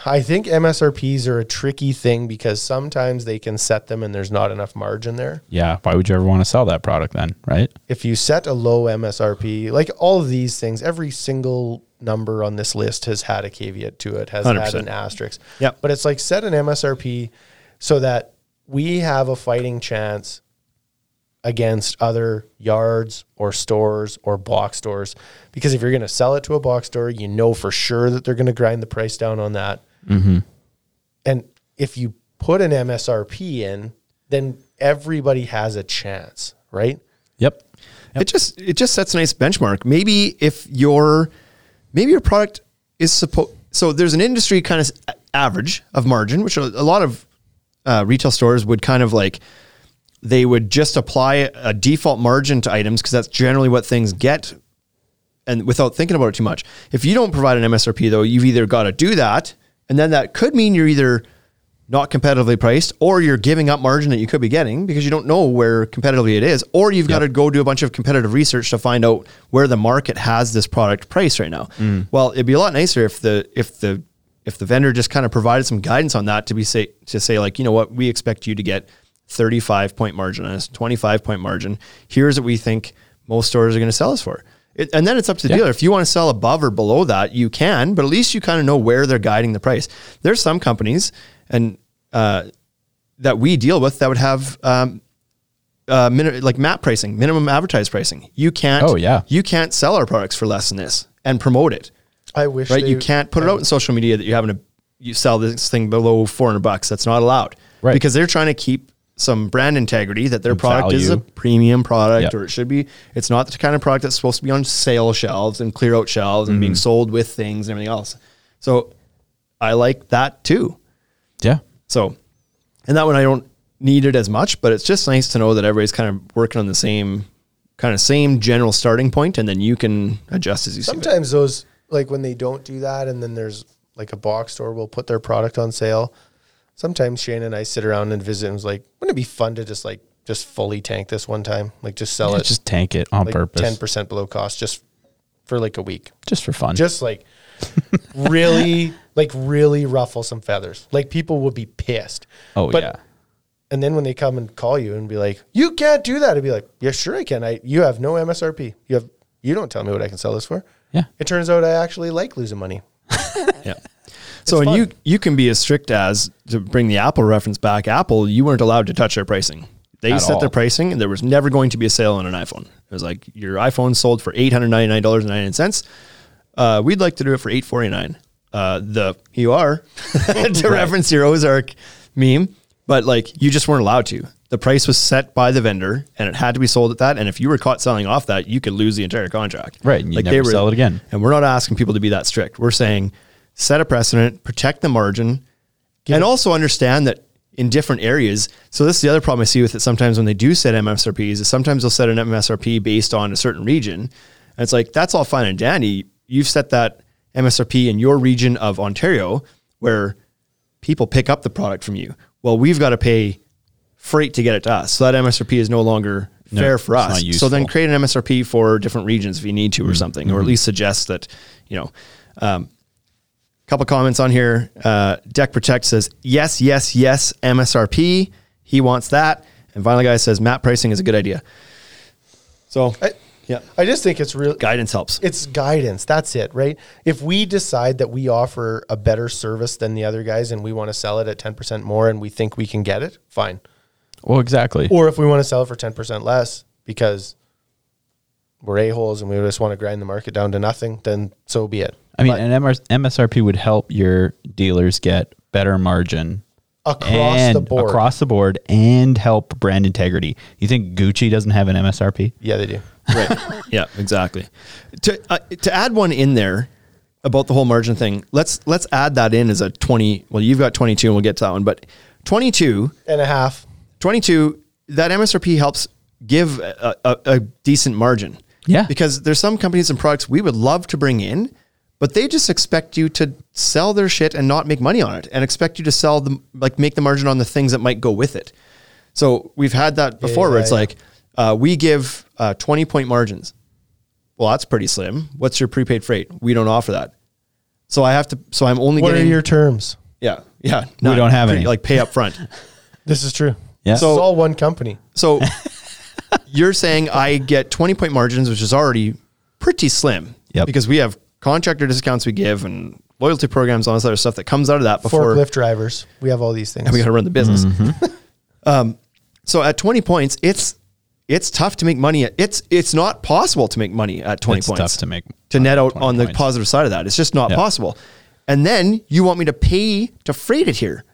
[SPEAKER 4] I think MSRPs are a tricky thing because sometimes they can set them and there's not enough margin there.
[SPEAKER 3] Yeah. Why would you ever want to sell that product then? Right.
[SPEAKER 4] If you set a low MSRP, like all of these things, every single number on this list has had a caveat to it, has had
[SPEAKER 1] 100%.
[SPEAKER 4] an asterisk.
[SPEAKER 1] Yep.
[SPEAKER 4] But it's like set an MSRP so that we have a fighting chance against other yards or stores or box stores. Because if you're going to sell it to a box store, you know for sure that they're going to grind the price down on that. And if you put an MSRP in, then everybody has a chance, right?
[SPEAKER 3] Yep.
[SPEAKER 1] It just it just sets a nice benchmark. Maybe if your maybe your product is supposed so there's an industry kind of s- average of margin, which a a lot of uh, retail stores would kind of like they would just apply a default margin to items because that's generally what things get and without thinking about it too much. If you don't provide an MSRP though, you've either got to do that, and then that could mean you're either not competitively priced, or you're giving up margin that you could be getting because you don't know where competitively it is, or you've got to go do a bunch of competitive research to find out where the market has this product price right now. Well, it'd be a lot nicer if the if the if the vendor just kind of provided some guidance on that to be say to say like, you know what, we expect you to get 35 point margin on us, 25 point margin. Here's what we think most stores are going to sell us for. It, and then it's up to the dealer. If you want to sell above or below that, you can, but at least you kind of know where they're guiding the price. There's some companies and uh, that we deal with that would have um, uh, min- like map pricing, minimum advertised pricing. You can't.
[SPEAKER 3] Oh, yeah.
[SPEAKER 1] You can't sell our products for less than this and promote it
[SPEAKER 4] I wish
[SPEAKER 1] right?
[SPEAKER 4] they-
[SPEAKER 1] you can't put it out in social media that you're having to you sell this thing below 400 bucks. That's not allowed,
[SPEAKER 3] Right.
[SPEAKER 1] Because they're trying to keep some brand integrity that their product is a
[SPEAKER 3] value.
[SPEAKER 1] premium product
[SPEAKER 3] Yep.
[SPEAKER 1] or it should be. It's not the kind of product that's supposed to be on sale shelves and clear out shelves and
[SPEAKER 3] Mm-hmm.
[SPEAKER 1] being sold with things and everything else. So I like that too.
[SPEAKER 3] Yeah.
[SPEAKER 1] So, and that one I don't need it as much, but it's just nice to know that everybody's kind of working on the same kind of same general starting point, and then you can adjust as you see. fit.
[SPEAKER 4] Sometimes those like when they don't do that and then there's like a box store will put their product on sale. Sometimes Shane and I sit around and visit and was like, wouldn't it be fun to just like just fully tank this one time? Like just sell it
[SPEAKER 3] Just tank it on
[SPEAKER 4] like
[SPEAKER 3] purpose.
[SPEAKER 4] ten percent below cost just for like a week.
[SPEAKER 3] just for fun.
[SPEAKER 4] Just
[SPEAKER 3] [LAUGHS]
[SPEAKER 4] like really like really ruffle some feathers. Like people would be pissed.
[SPEAKER 3] oh
[SPEAKER 4] But-
[SPEAKER 3] yeah.
[SPEAKER 4] And then when they come and call you and be like, "You can't do that," I'd be like, "Yeah, sure I can. I you have no MSRP. You have you don't tell me what I can sell this for."
[SPEAKER 3] Yeah.
[SPEAKER 4] It turns out I actually like losing money.
[SPEAKER 1] Yeah. So and you you can be as strict as to bring the Apple reference back. Apple, you weren't allowed to touch their pricing. They
[SPEAKER 3] At
[SPEAKER 1] set their
[SPEAKER 3] all.
[SPEAKER 1] pricing, and there was never going to be a sale on an iPhone. It was like your iPhone sold for eight hundred ninety nine dollars and ninety nine cents. Uh, we'd like to do it for eight forty nine. Uh, the you are [LAUGHS] to reference your Ozark meme, but like you just weren't allowed to. The price was set by the vendor, and it had to be sold at that. And if you were caught selling off that, you could lose the entire contract.
[SPEAKER 3] Right, and you never sell it again.
[SPEAKER 1] And we're not asking people to be that strict. We're saying set a precedent, protect the margin, and also understand that in different areas. So this is the other problem I see with it sometimes when they do set MSRPs is sometimes they'll set an MSRP based on a certain region. And it's like that's all fine and dandy. You've set that MSRP in your region of Ontario where people pick up the product from you. Well, we've got to pay freight to get it to us. So that MSRP is no longer
[SPEAKER 3] No,
[SPEAKER 1] fair for
[SPEAKER 3] it's
[SPEAKER 1] us.
[SPEAKER 3] not
[SPEAKER 1] So then
[SPEAKER 3] useful. Mm-hmm.
[SPEAKER 1] create an MSRP for different regions if you need to or something, or at least suggest that, you know, um, couple comments on here. Uh, Deck Protect says, yes, yes, yes, MSRP. He wants that. And Vinyl Guy says, map pricing is a good idea. So,
[SPEAKER 4] I,
[SPEAKER 1] yeah,
[SPEAKER 4] I just think it's real.
[SPEAKER 1] guidance
[SPEAKER 4] [LAUGHS]
[SPEAKER 1] helps.
[SPEAKER 4] It's guidance. That's it, right? If we decide that we offer a better service than the other guys and we want to sell it at 10% more and we think we can get it, fine.
[SPEAKER 3] Well, exactly.
[SPEAKER 4] Or if we want to sell it for 10% less because we're a-holes and we just want to grind the market down to nothing, then so be it.
[SPEAKER 3] I mean, an MR- MSRP would help your dealers get better margin
[SPEAKER 4] Across
[SPEAKER 3] and
[SPEAKER 4] the board.
[SPEAKER 3] across the board, and help brand integrity. You think Gucci doesn't have an MSRP?
[SPEAKER 4] yeah, they do.
[SPEAKER 1] right. Yeah, exactly. To uh, to add one in there about the whole margin thing, let's let's add that in as a 20. Well, you've got 22 and we'll get to that one, but 22
[SPEAKER 4] And a half.
[SPEAKER 1] 22 that msrp helps give a, a, a decent margin
[SPEAKER 3] Yeah.
[SPEAKER 1] because there's some companies and products we would love to bring in but they just expect you to sell their shit and not make money on it and expect you to sell them, like make the margin on the things that might go with it. So we've had that before where
[SPEAKER 4] yeah,
[SPEAKER 1] it's
[SPEAKER 4] yeah.
[SPEAKER 1] like, uh, we give uh, 20 point margins. Well, that's pretty slim. What's your prepaid freight? We don't offer that. So I have to, so I'm only
[SPEAKER 4] What are
[SPEAKER 1] getting
[SPEAKER 4] your terms?
[SPEAKER 1] yeah, yeah.
[SPEAKER 3] We
[SPEAKER 1] none.
[SPEAKER 3] don't have any.
[SPEAKER 1] Like pay up
[SPEAKER 3] [LAUGHS]
[SPEAKER 1] front.
[SPEAKER 4] This is true.
[SPEAKER 3] Yeah.
[SPEAKER 4] So, it's all one company.
[SPEAKER 3] [LAUGHS]
[SPEAKER 1] So you're saying I get 20 point margins, which is already pretty slim.
[SPEAKER 3] Yep.
[SPEAKER 1] Because we have contractor discounts we give and loyalty programs, all this other stuff that comes out of that before
[SPEAKER 4] Forklift drivers. We have all these things.
[SPEAKER 1] we got to run the business. [LAUGHS] um,
[SPEAKER 3] Mm-hmm.
[SPEAKER 1] so at 20 points, it's it's tough to make money. At, it's it's not possible to make money at 20
[SPEAKER 3] It's
[SPEAKER 1] points.
[SPEAKER 3] tough to make
[SPEAKER 1] to net out
[SPEAKER 3] 20
[SPEAKER 1] on the
[SPEAKER 3] points.
[SPEAKER 1] positive side of that. It's just not
[SPEAKER 3] Yeah.
[SPEAKER 1] possible. And then you want me to pay to freight it here.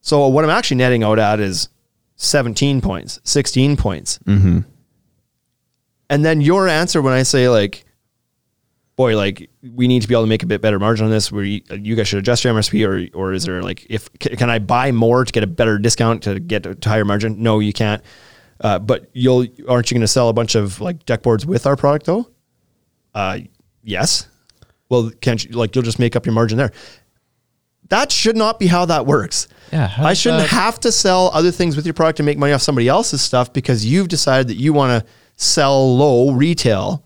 [SPEAKER 1] So what I'm actually netting out at is 17 points, 16 points. And then your answer when I say like, boy, like we need to be able to make a bit better margin on this. We you guys should adjust your MSP, or or is there like if c- can I buy more to get a better discount to get a higher margin? No, you can't. Uh, but you'll aren't you going to sell a bunch of like deck boards with our product though? Uh, yes. Well, can't you like you'll just make up your margin there? That should not be how that works.
[SPEAKER 3] Yeah, how
[SPEAKER 1] I
[SPEAKER 3] does
[SPEAKER 1] shouldn't
[SPEAKER 3] that-
[SPEAKER 1] have to sell other things with your product and make money off somebody else's stuff because you've decided that you want to sell low retail,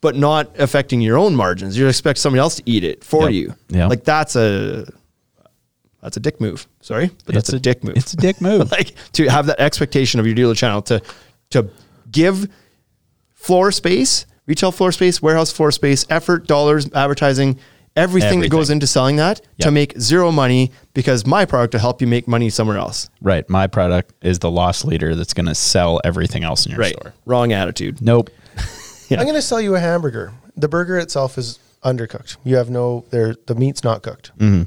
[SPEAKER 1] but not affecting your own margins. You expect somebody else to eat it for
[SPEAKER 3] Yep.
[SPEAKER 1] you.
[SPEAKER 3] Yeah.
[SPEAKER 1] like that's a that's a dick move. Sorry, but that's a, dick move
[SPEAKER 3] It's
[SPEAKER 1] [LAUGHS]
[SPEAKER 3] a dick move.
[SPEAKER 1] like to have that expectation of your dealer channel to to give floor space, retail floor space, warehouse floor space, effort, dollars, advertising, everything, that goes
[SPEAKER 3] Everything.
[SPEAKER 1] into selling that to
[SPEAKER 3] Yep.
[SPEAKER 1] make zero money because my product will help you make money somewhere else.
[SPEAKER 3] right. My product is the loss leader that's going to sell everything else in your store.
[SPEAKER 1] Wrong attitude.
[SPEAKER 3] Nope.
[SPEAKER 1] Yeah.
[SPEAKER 4] I'm going to sell you a hamburger. The burger itself is undercooked. You have no, there. the meat's not cooked.
[SPEAKER 1] Mm-hmm.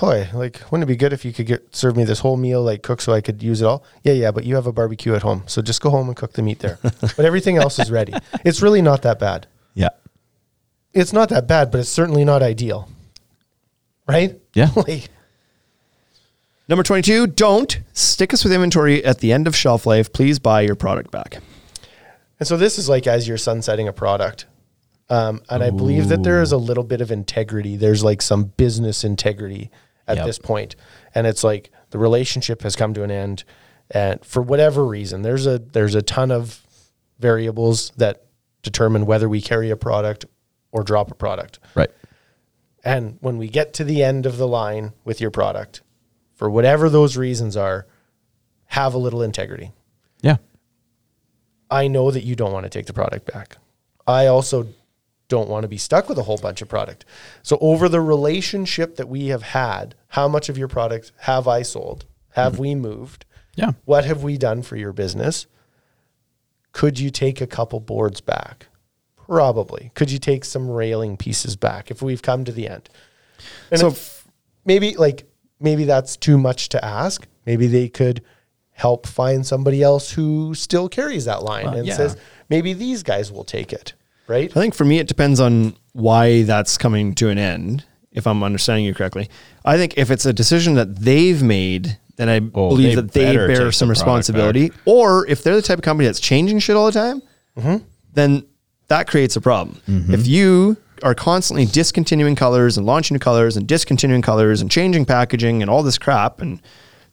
[SPEAKER 4] Boy, like, wouldn't it be good if you could get serve me this whole meal, like, cooked, so I could use it all? Yeah, yeah, but you have a barbecue at home, so just go home and cook the
[SPEAKER 1] [LAUGHS]
[SPEAKER 4] meat there. but everything else is ready. It's really not that bad.
[SPEAKER 3] Yeah.
[SPEAKER 4] It's not that bad, but it's certainly not ideal, right?
[SPEAKER 3] Yeah.
[SPEAKER 4] [LAUGHS] like,
[SPEAKER 1] Number 22, don't stick us with inventory at the end of shelf life. Please buy your product back.
[SPEAKER 4] And so this is like as you're sunsetting a product. Um, and I believe that there is a little bit of integrity. There's like some business integrity at
[SPEAKER 3] Yep.
[SPEAKER 4] this point. And it's like the relationship has come to an end and for whatever reason. There's a there's a ton of variables that determine whether we carry a product or drop a product.
[SPEAKER 3] Right.
[SPEAKER 4] And when we get to the end of the line with your product, for whatever those reasons are, have a little integrity.
[SPEAKER 3] Yeah.
[SPEAKER 4] I know that you don't want to take the product back. I also don't want to be stuck with a whole bunch of product. So over the relationship that we have had, how much of your product have I sold? Have we moved?
[SPEAKER 3] Yeah.
[SPEAKER 4] What have we done for your business? Could you take a couple boards back? Probably. Could you take some railing pieces back if we've come to the end? And
[SPEAKER 1] So-
[SPEAKER 4] if- maybe like maybe that's too much to ask. Maybe they could help find somebody else who still carries that line and
[SPEAKER 3] yeah.
[SPEAKER 4] says maybe these guys will take it, right?
[SPEAKER 1] I think for me, it depends on why that's coming to an end. If I'm understanding you correctly, I think if it's a decision that they've made, then I
[SPEAKER 3] Oh,
[SPEAKER 1] believe
[SPEAKER 3] they
[SPEAKER 1] that they
[SPEAKER 3] better take
[SPEAKER 1] bear
[SPEAKER 3] the
[SPEAKER 1] some
[SPEAKER 3] product
[SPEAKER 1] responsibility. Or if they're the type of company that's changing shit all the time, then that creates a problem. If you are constantly discontinuing colors and launching new colors and discontinuing colors and changing packaging and all this crap, and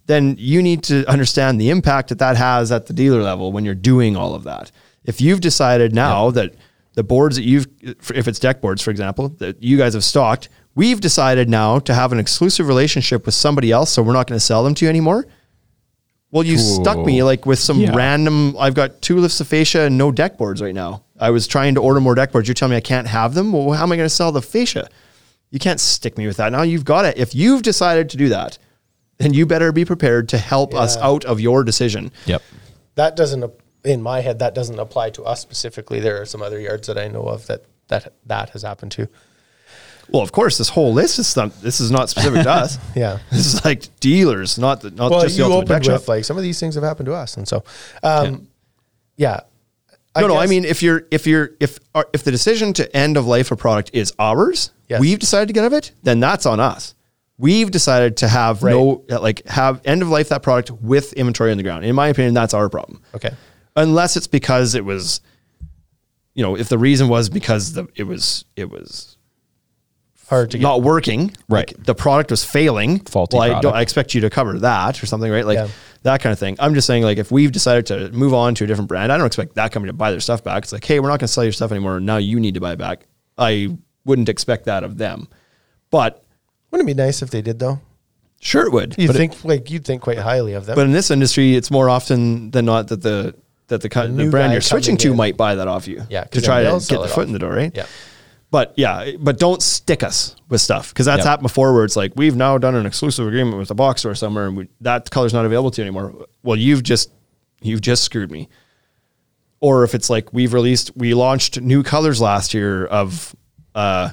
[SPEAKER 1] then you need to understand the impact that that has at the dealer level when you're doing all of that. If you've decided now that the boards that you've, if it's deck boards, for example, that you guys have stocked, we've decided now to have an exclusive relationship with somebody else, so we're not going to sell them to you anymore. Well, you stuck me
[SPEAKER 3] Ooh.
[SPEAKER 1] like with some
[SPEAKER 3] Yeah.
[SPEAKER 1] random. I've got two lifts of fascia and no deck boards right now. I was trying to order more deck boards. You're telling me I can't have them. Well, how am I going to sell the fascia? You can't stick me with that. Now you've got it. If you've decided to do that, then you better be prepared to help us out of your decision.
[SPEAKER 3] Yep.
[SPEAKER 4] that doesn't ap- in my head that doesn't apply to us specifically there are some other yards that i know of that that that has happened to
[SPEAKER 1] Well, of course, this whole list is not, this is not
[SPEAKER 4] [LAUGHS]
[SPEAKER 1] specific to us.
[SPEAKER 4] Yeah.
[SPEAKER 1] this is like dealers, not the, not
[SPEAKER 4] well
[SPEAKER 1] just
[SPEAKER 4] you
[SPEAKER 1] the ultimate deck
[SPEAKER 4] opened
[SPEAKER 1] shop.
[SPEAKER 4] with like some of these things have happened to us and so um yeah,
[SPEAKER 1] no, no. I
[SPEAKER 4] guess-
[SPEAKER 1] mean, if you're, if you're, if our, if the decision to end of life a product is ours,
[SPEAKER 4] Yes.
[SPEAKER 1] we've decided to get of it, then that's on us. We've decided to have no, uh, like, have end of life that product with inventory on the ground. In my opinion, that's our problem.
[SPEAKER 4] okay
[SPEAKER 1] Unless it's because it was, you know, if the reason was because the it was it was
[SPEAKER 4] hard to get.
[SPEAKER 1] not working.
[SPEAKER 3] Right.
[SPEAKER 1] Like, the product was failing.
[SPEAKER 3] Faulty
[SPEAKER 1] Well, I,
[SPEAKER 3] product.
[SPEAKER 1] don't, I expect you to cover that or something, right? Like
[SPEAKER 4] Yeah.
[SPEAKER 1] that kind of thing. I'm just saying, like, if we've decided to move on to a different brand, I don't expect that company to buy their stuff back. It's like, hey, we're not going to sell your stuff anymore. Now you need to buy it back. I wouldn't expect that of them, but
[SPEAKER 4] Wouldn't it be nice if they did though?
[SPEAKER 1] sure it would.
[SPEAKER 4] You
[SPEAKER 1] but, it-
[SPEAKER 4] think like you'd think quite highly of them.
[SPEAKER 1] but in this industry, it's more often than not that the that the, co- the
[SPEAKER 4] new
[SPEAKER 1] brand
[SPEAKER 4] guy
[SPEAKER 1] you're switching to
[SPEAKER 4] coming in.
[SPEAKER 1] might buy that off you.
[SPEAKER 4] Yeah,
[SPEAKER 1] to
[SPEAKER 4] 'cause
[SPEAKER 1] try
[SPEAKER 4] then
[SPEAKER 1] to
[SPEAKER 4] they'll
[SPEAKER 1] get
[SPEAKER 4] sell
[SPEAKER 1] the
[SPEAKER 4] it
[SPEAKER 1] foot
[SPEAKER 4] off.
[SPEAKER 1] in the door, right?
[SPEAKER 4] yeah.
[SPEAKER 1] But yeah, but don't stick us with stuff because that's
[SPEAKER 3] Yeah.
[SPEAKER 1] happened before where it's like we've now done an exclusive agreement with a box store somewhere and we, that color's not available to you anymore. Well, you've just you've just screwed me. Or if it's like we've released we launched new colors last year of
[SPEAKER 3] [LAUGHS]
[SPEAKER 1] uh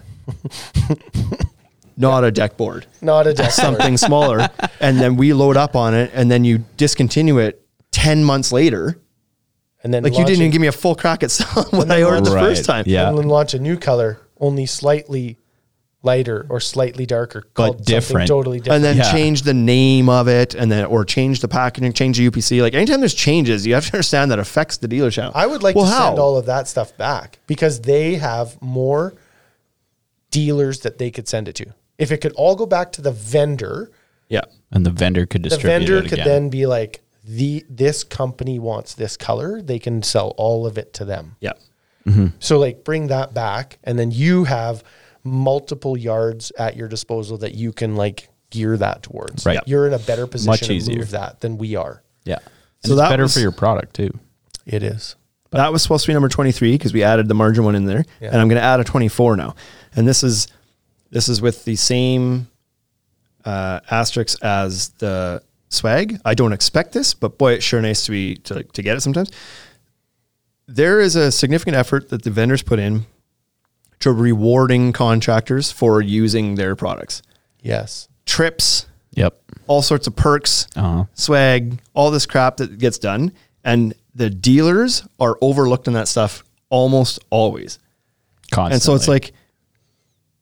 [SPEAKER 1] not a deck board,
[SPEAKER 4] Not [LAUGHS] a deck.
[SPEAKER 1] something smaller and then we load up on it and then you discontinue it 10 months later.
[SPEAKER 4] And then
[SPEAKER 1] Like you didn't even
[SPEAKER 4] launching-
[SPEAKER 1] give me a full crack at [LAUGHS] selling what I ordered the first
[SPEAKER 3] Right,
[SPEAKER 1] time.
[SPEAKER 3] yeah.
[SPEAKER 4] and then launch a new color, only slightly lighter or slightly darker, called something
[SPEAKER 3] different.
[SPEAKER 4] totally
[SPEAKER 1] and
[SPEAKER 4] different.
[SPEAKER 1] then
[SPEAKER 3] Yeah.
[SPEAKER 1] change the name of it and then or change the packaging change the upc like anytime there's changes you have to understand that affects the dealer channel
[SPEAKER 4] I would like
[SPEAKER 1] Well,
[SPEAKER 4] to
[SPEAKER 1] how?
[SPEAKER 4] send all of that stuff back because they have more dealers that they could send it to. If it could all go back to the vendor,
[SPEAKER 1] yeah
[SPEAKER 3] and the vendor could
[SPEAKER 4] the
[SPEAKER 3] distribute
[SPEAKER 4] vendor
[SPEAKER 3] it
[SPEAKER 4] could
[SPEAKER 3] again.
[SPEAKER 4] then be like, the this company wants this color, they can sell all of it to them.
[SPEAKER 1] yeah
[SPEAKER 4] So like bring that back and then you have multiple yards at your disposal that you can like gear that towards.
[SPEAKER 3] Right.
[SPEAKER 4] You're in a better position
[SPEAKER 3] Much
[SPEAKER 4] to
[SPEAKER 3] easier.
[SPEAKER 4] move that than we are.
[SPEAKER 3] yeah, and
[SPEAKER 1] So
[SPEAKER 3] it's
[SPEAKER 1] that
[SPEAKER 3] better
[SPEAKER 1] was-
[SPEAKER 3] for your product too.
[SPEAKER 4] It is.
[SPEAKER 1] that was supposed to be number 23 because we added the margin one in there and i'm going to add a 24 now and this is this is with the same uh, asterisk as the swag i don't expect this but boy it sure nice to be to, to get it sometimes there is a significant effort that the vendors put in to rewarding contractors for using their products
[SPEAKER 4] Yes.
[SPEAKER 1] trips
[SPEAKER 3] Yep.
[SPEAKER 1] all sorts of perks,
[SPEAKER 3] Uh-huh.
[SPEAKER 1] swag, all this crap that gets done. And the dealers are overlooked in that stuff almost always.
[SPEAKER 3] Constantly.
[SPEAKER 1] And so it's like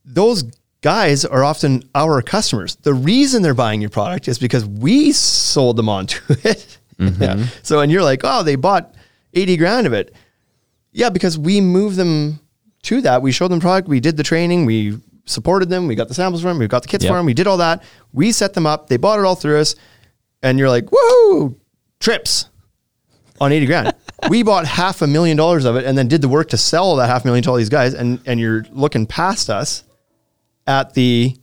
[SPEAKER 1] those guys are often our customers. The reason they're buying your product is because we sold them onto [LAUGHS] it. Yeah. So and you're like, oh, they bought 80 grand of it. Yeah, because we moved them to that. We showed them product, we did the training, we supported them, we got the samples from them, we got the kits
[SPEAKER 3] Yep.
[SPEAKER 1] for them, we did all that. We set them up, they bought it all through us, and you're like, whoa, trips on 80
[SPEAKER 3] [LAUGHS]
[SPEAKER 1] grand. we bought half a million dollars of it and then did the work to sell that half million to all these guys. And, and you're looking past us at the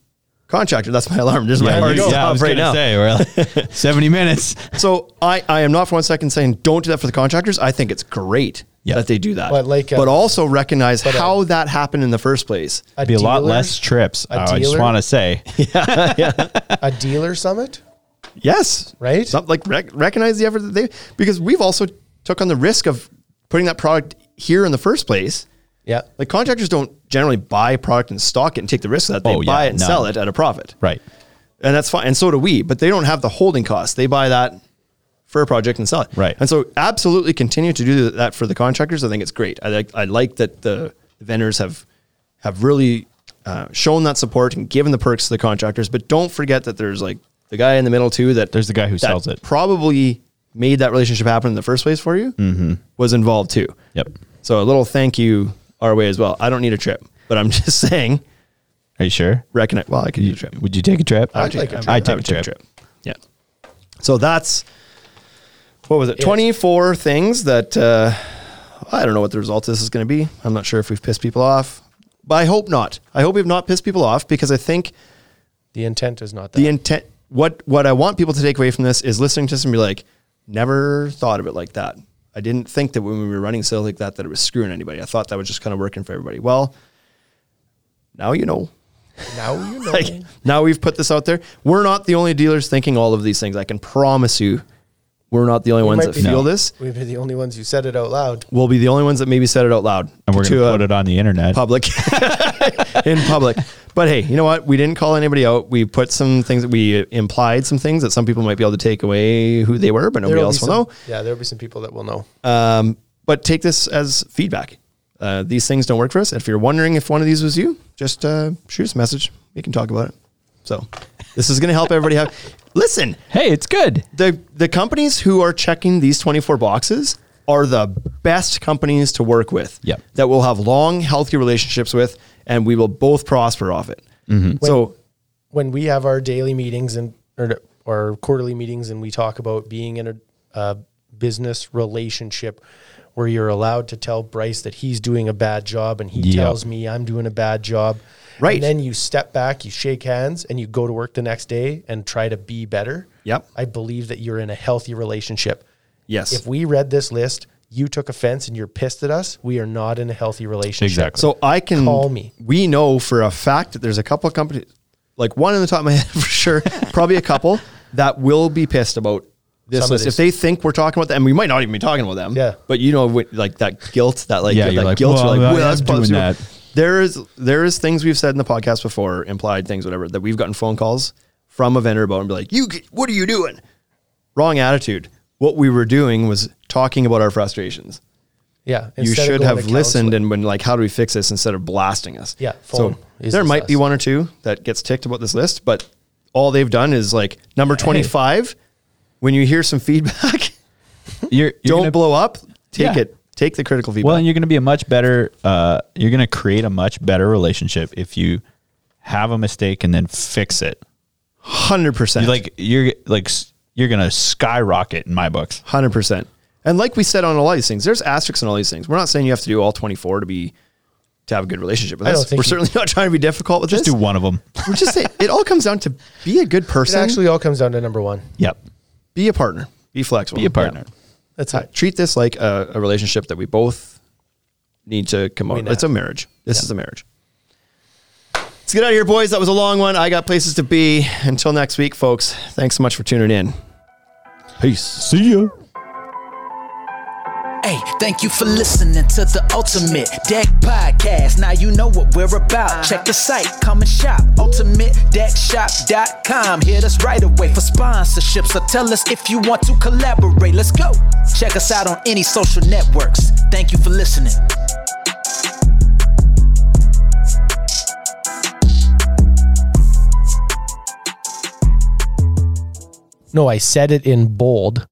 [SPEAKER 1] contractor. That's my alarm. This is my
[SPEAKER 3] yeah,
[SPEAKER 1] hard
[SPEAKER 3] you- yeah, I
[SPEAKER 1] stop
[SPEAKER 3] was
[SPEAKER 1] right now.
[SPEAKER 3] gonna say, we're
[SPEAKER 1] [LAUGHS]
[SPEAKER 3] like, seventy minutes.
[SPEAKER 1] So I, I am not for one second saying don't do that for the contractors. I think it's great
[SPEAKER 3] Yeah.
[SPEAKER 1] that they do that.
[SPEAKER 4] But like, uh,
[SPEAKER 1] but also recognize
[SPEAKER 4] uh,
[SPEAKER 1] how that happened in the first place.
[SPEAKER 4] A
[SPEAKER 3] be a lot
[SPEAKER 4] dealer-
[SPEAKER 3] less trips.
[SPEAKER 4] a
[SPEAKER 3] Oh, I just
[SPEAKER 4] dealer-
[SPEAKER 3] want to say,
[SPEAKER 4] [LAUGHS] A dealer summit?
[SPEAKER 1] Yes.
[SPEAKER 4] Right?
[SPEAKER 1] Some- like rec- recognize the effort that they, because we've also took on the risk of putting that product here in the first place.
[SPEAKER 4] Yeah.
[SPEAKER 1] Like contractors don't generally buy product and stock it and take the risk of that. They
[SPEAKER 3] Oh, yeah,
[SPEAKER 1] buy it and
[SPEAKER 3] no.
[SPEAKER 1] sell it at a profit.
[SPEAKER 3] right?
[SPEAKER 1] And that's fine. And so do we, but they don't have the holding cost. They buy that for a project and sell it.
[SPEAKER 3] Right.
[SPEAKER 1] And so absolutely continue to do that for the contractors. I think it's great. I like, I like that the vendors have, have really uh, shown that support and given the perks to the contractors, but don't forget that there's like the guy in the middle too, that
[SPEAKER 3] There's the guy who
[SPEAKER 1] that
[SPEAKER 3] sells it.
[SPEAKER 1] probably made that relationship happen in the first place for you was involved too.
[SPEAKER 3] Mm-hmm. Yep.
[SPEAKER 1] So a little thank you our way as well. I don't need a trip, but I'm [LAUGHS] just saying,
[SPEAKER 3] Are you sure?
[SPEAKER 1] recognize. Well, I could use a trip.
[SPEAKER 3] Would you take a trip? I'd
[SPEAKER 4] take a
[SPEAKER 3] I'd
[SPEAKER 4] trip.
[SPEAKER 1] I
[SPEAKER 3] take a
[SPEAKER 1] would
[SPEAKER 3] trip.
[SPEAKER 1] Yeah. So that's what was it? Twenty four things that uh, I don't know what the result of this is going to be. I'm not sure if we've pissed people off, but I hope not. I hope we've not pissed people off because I think
[SPEAKER 4] The intent is not that.
[SPEAKER 1] the intent what what I want people to take away from this is listening to this and be like, never thought of it like that. I didn't think that when we were running sales like that that it was screwing anybody. I thought that was just kind of working for everybody. Well, now you know.
[SPEAKER 4] now you know.
[SPEAKER 1] [LAUGHS] Like now we've put this out there. We're not the only dealers thinking all of these things. I can promise you, we're not the only
[SPEAKER 4] We
[SPEAKER 1] ones
[SPEAKER 4] might
[SPEAKER 1] that
[SPEAKER 4] be
[SPEAKER 1] feel
[SPEAKER 4] the-
[SPEAKER 1] this.
[SPEAKER 4] We've been the only ones who said it out loud.
[SPEAKER 1] We'll be the only ones that maybe said it out loud
[SPEAKER 3] And we're going to
[SPEAKER 1] a
[SPEAKER 3] put it on the internet.
[SPEAKER 1] public in public. [LAUGHS] But hey, you know what? We didn't call anybody out. We put some things that we implied some things that some people might be able to take away who they were, but nobody
[SPEAKER 4] There'll be
[SPEAKER 1] else will
[SPEAKER 4] some-
[SPEAKER 1] know.
[SPEAKER 4] Yeah, there'll be some people that will know.
[SPEAKER 1] Um, but take this as feedback. Uh, these things don't work for us. If you're wondering if one of these was you, just uh, shoot us a message. We can talk about it. So this is going to help everybody have. [LAUGHS] Listen,
[SPEAKER 3] Hey, it's good.
[SPEAKER 1] the the companies who are checking these 24 boxes are the best companies to work with
[SPEAKER 3] Yep.
[SPEAKER 1] that we'll have long healthy relationships with and we will both prosper off it So
[SPEAKER 4] when we have our daily meetings and or, or quarterly meetings and we talk about being in a, a business relationship where you're allowed to tell Bryce that he's doing a bad job and he
[SPEAKER 3] Yep.
[SPEAKER 4] tells me I'm doing a bad job.
[SPEAKER 1] Right.
[SPEAKER 4] And then you step back, you shake hands and you go to work the next day and try to be better.
[SPEAKER 1] Yep.
[SPEAKER 4] I believe that you're in a healthy relationship.
[SPEAKER 1] yes,
[SPEAKER 4] If we read this list, you took offense and you're pissed at us, we are not in a healthy relationship.
[SPEAKER 3] Exactly.
[SPEAKER 1] So I can
[SPEAKER 4] Call me.
[SPEAKER 1] We know for a fact that there's a couple of companies, like one in the top of my [LAUGHS] head for sure, probably a couple that will be pissed about this
[SPEAKER 4] Some of
[SPEAKER 1] list.
[SPEAKER 4] these.
[SPEAKER 1] If they think we're talking about them, we might not even be talking about them.
[SPEAKER 4] Yeah.
[SPEAKER 1] But you know, with, like that guilt, that like
[SPEAKER 3] Yeah,
[SPEAKER 1] that
[SPEAKER 3] you're like,
[SPEAKER 1] guilt.
[SPEAKER 3] well,
[SPEAKER 1] you're like,
[SPEAKER 3] I
[SPEAKER 1] well,
[SPEAKER 3] am
[SPEAKER 1] that's
[SPEAKER 3] doing
[SPEAKER 1] doing
[SPEAKER 3] that.
[SPEAKER 1] There is there is things we've said in the podcast before, implied things, whatever, that we've gotten phone calls from a vendor about and be like, you, what are you doing? Wrong attitude. What we were doing was talking about our frustrations
[SPEAKER 4] Yeah.
[SPEAKER 1] you
[SPEAKER 4] Instead of
[SPEAKER 1] should
[SPEAKER 4] going
[SPEAKER 1] have
[SPEAKER 4] to
[SPEAKER 1] listened
[SPEAKER 4] counseling.
[SPEAKER 1] and been like, how do we fix this instead of blasting us?
[SPEAKER 4] Yeah,
[SPEAKER 1] So
[SPEAKER 4] phone is
[SPEAKER 1] there might be
[SPEAKER 4] us.
[SPEAKER 1] one or two that gets ticked about this list, but all they've done is like number 25. When you hear some [LAUGHS] feedback,
[SPEAKER 3] you're, you're
[SPEAKER 1] don't
[SPEAKER 3] gonna-
[SPEAKER 1] blow up. Take
[SPEAKER 3] Yeah.
[SPEAKER 1] it. Take the critical feedback.
[SPEAKER 3] Well, and you're going to be a much better. Uh, you're going to create a much better relationship if you have a mistake and then fix it.
[SPEAKER 1] 100%.
[SPEAKER 3] You like you're like s- you're going to skyrocket in my books.
[SPEAKER 1] Hundred percent. And like we said on all these things, there's asterisks on all these things. We're not saying you have to do all 24 to be to have a good relationship with
[SPEAKER 4] I don't
[SPEAKER 1] us. We're
[SPEAKER 4] think you-
[SPEAKER 1] certainly not trying to be difficult with
[SPEAKER 3] Just
[SPEAKER 1] this.
[SPEAKER 3] do one of them.
[SPEAKER 1] We're just saying it all comes down to be a good
[SPEAKER 4] [LAUGHS] It
[SPEAKER 1] person.
[SPEAKER 4] actually all comes down to number one.
[SPEAKER 3] [LAUGHS] Yep.
[SPEAKER 1] be a partner. Be flexible.
[SPEAKER 3] Be a partner.
[SPEAKER 4] That's
[SPEAKER 1] Uh,
[SPEAKER 4] it.
[SPEAKER 1] treat this like a, a relationship that we both need to come out.
[SPEAKER 4] know.
[SPEAKER 1] It's a marriage. This is a marriage. Let's get out of here, boys. That was a long one. I got places to be. Until next week, folks. Thanks so much for tuning in. Peace.
[SPEAKER 3] See ya.
[SPEAKER 2] Hey, thank you for listening to the Ultimate Deck Podcast. Now you know what we're about. Check the site, come and shop. UltimateDeckShop.com. Hit us right away for sponsorships. So tell us if you want to collaborate. Let's go. Check us out on any social networks. Thank you for listening.
[SPEAKER 4] No, I said it in bold.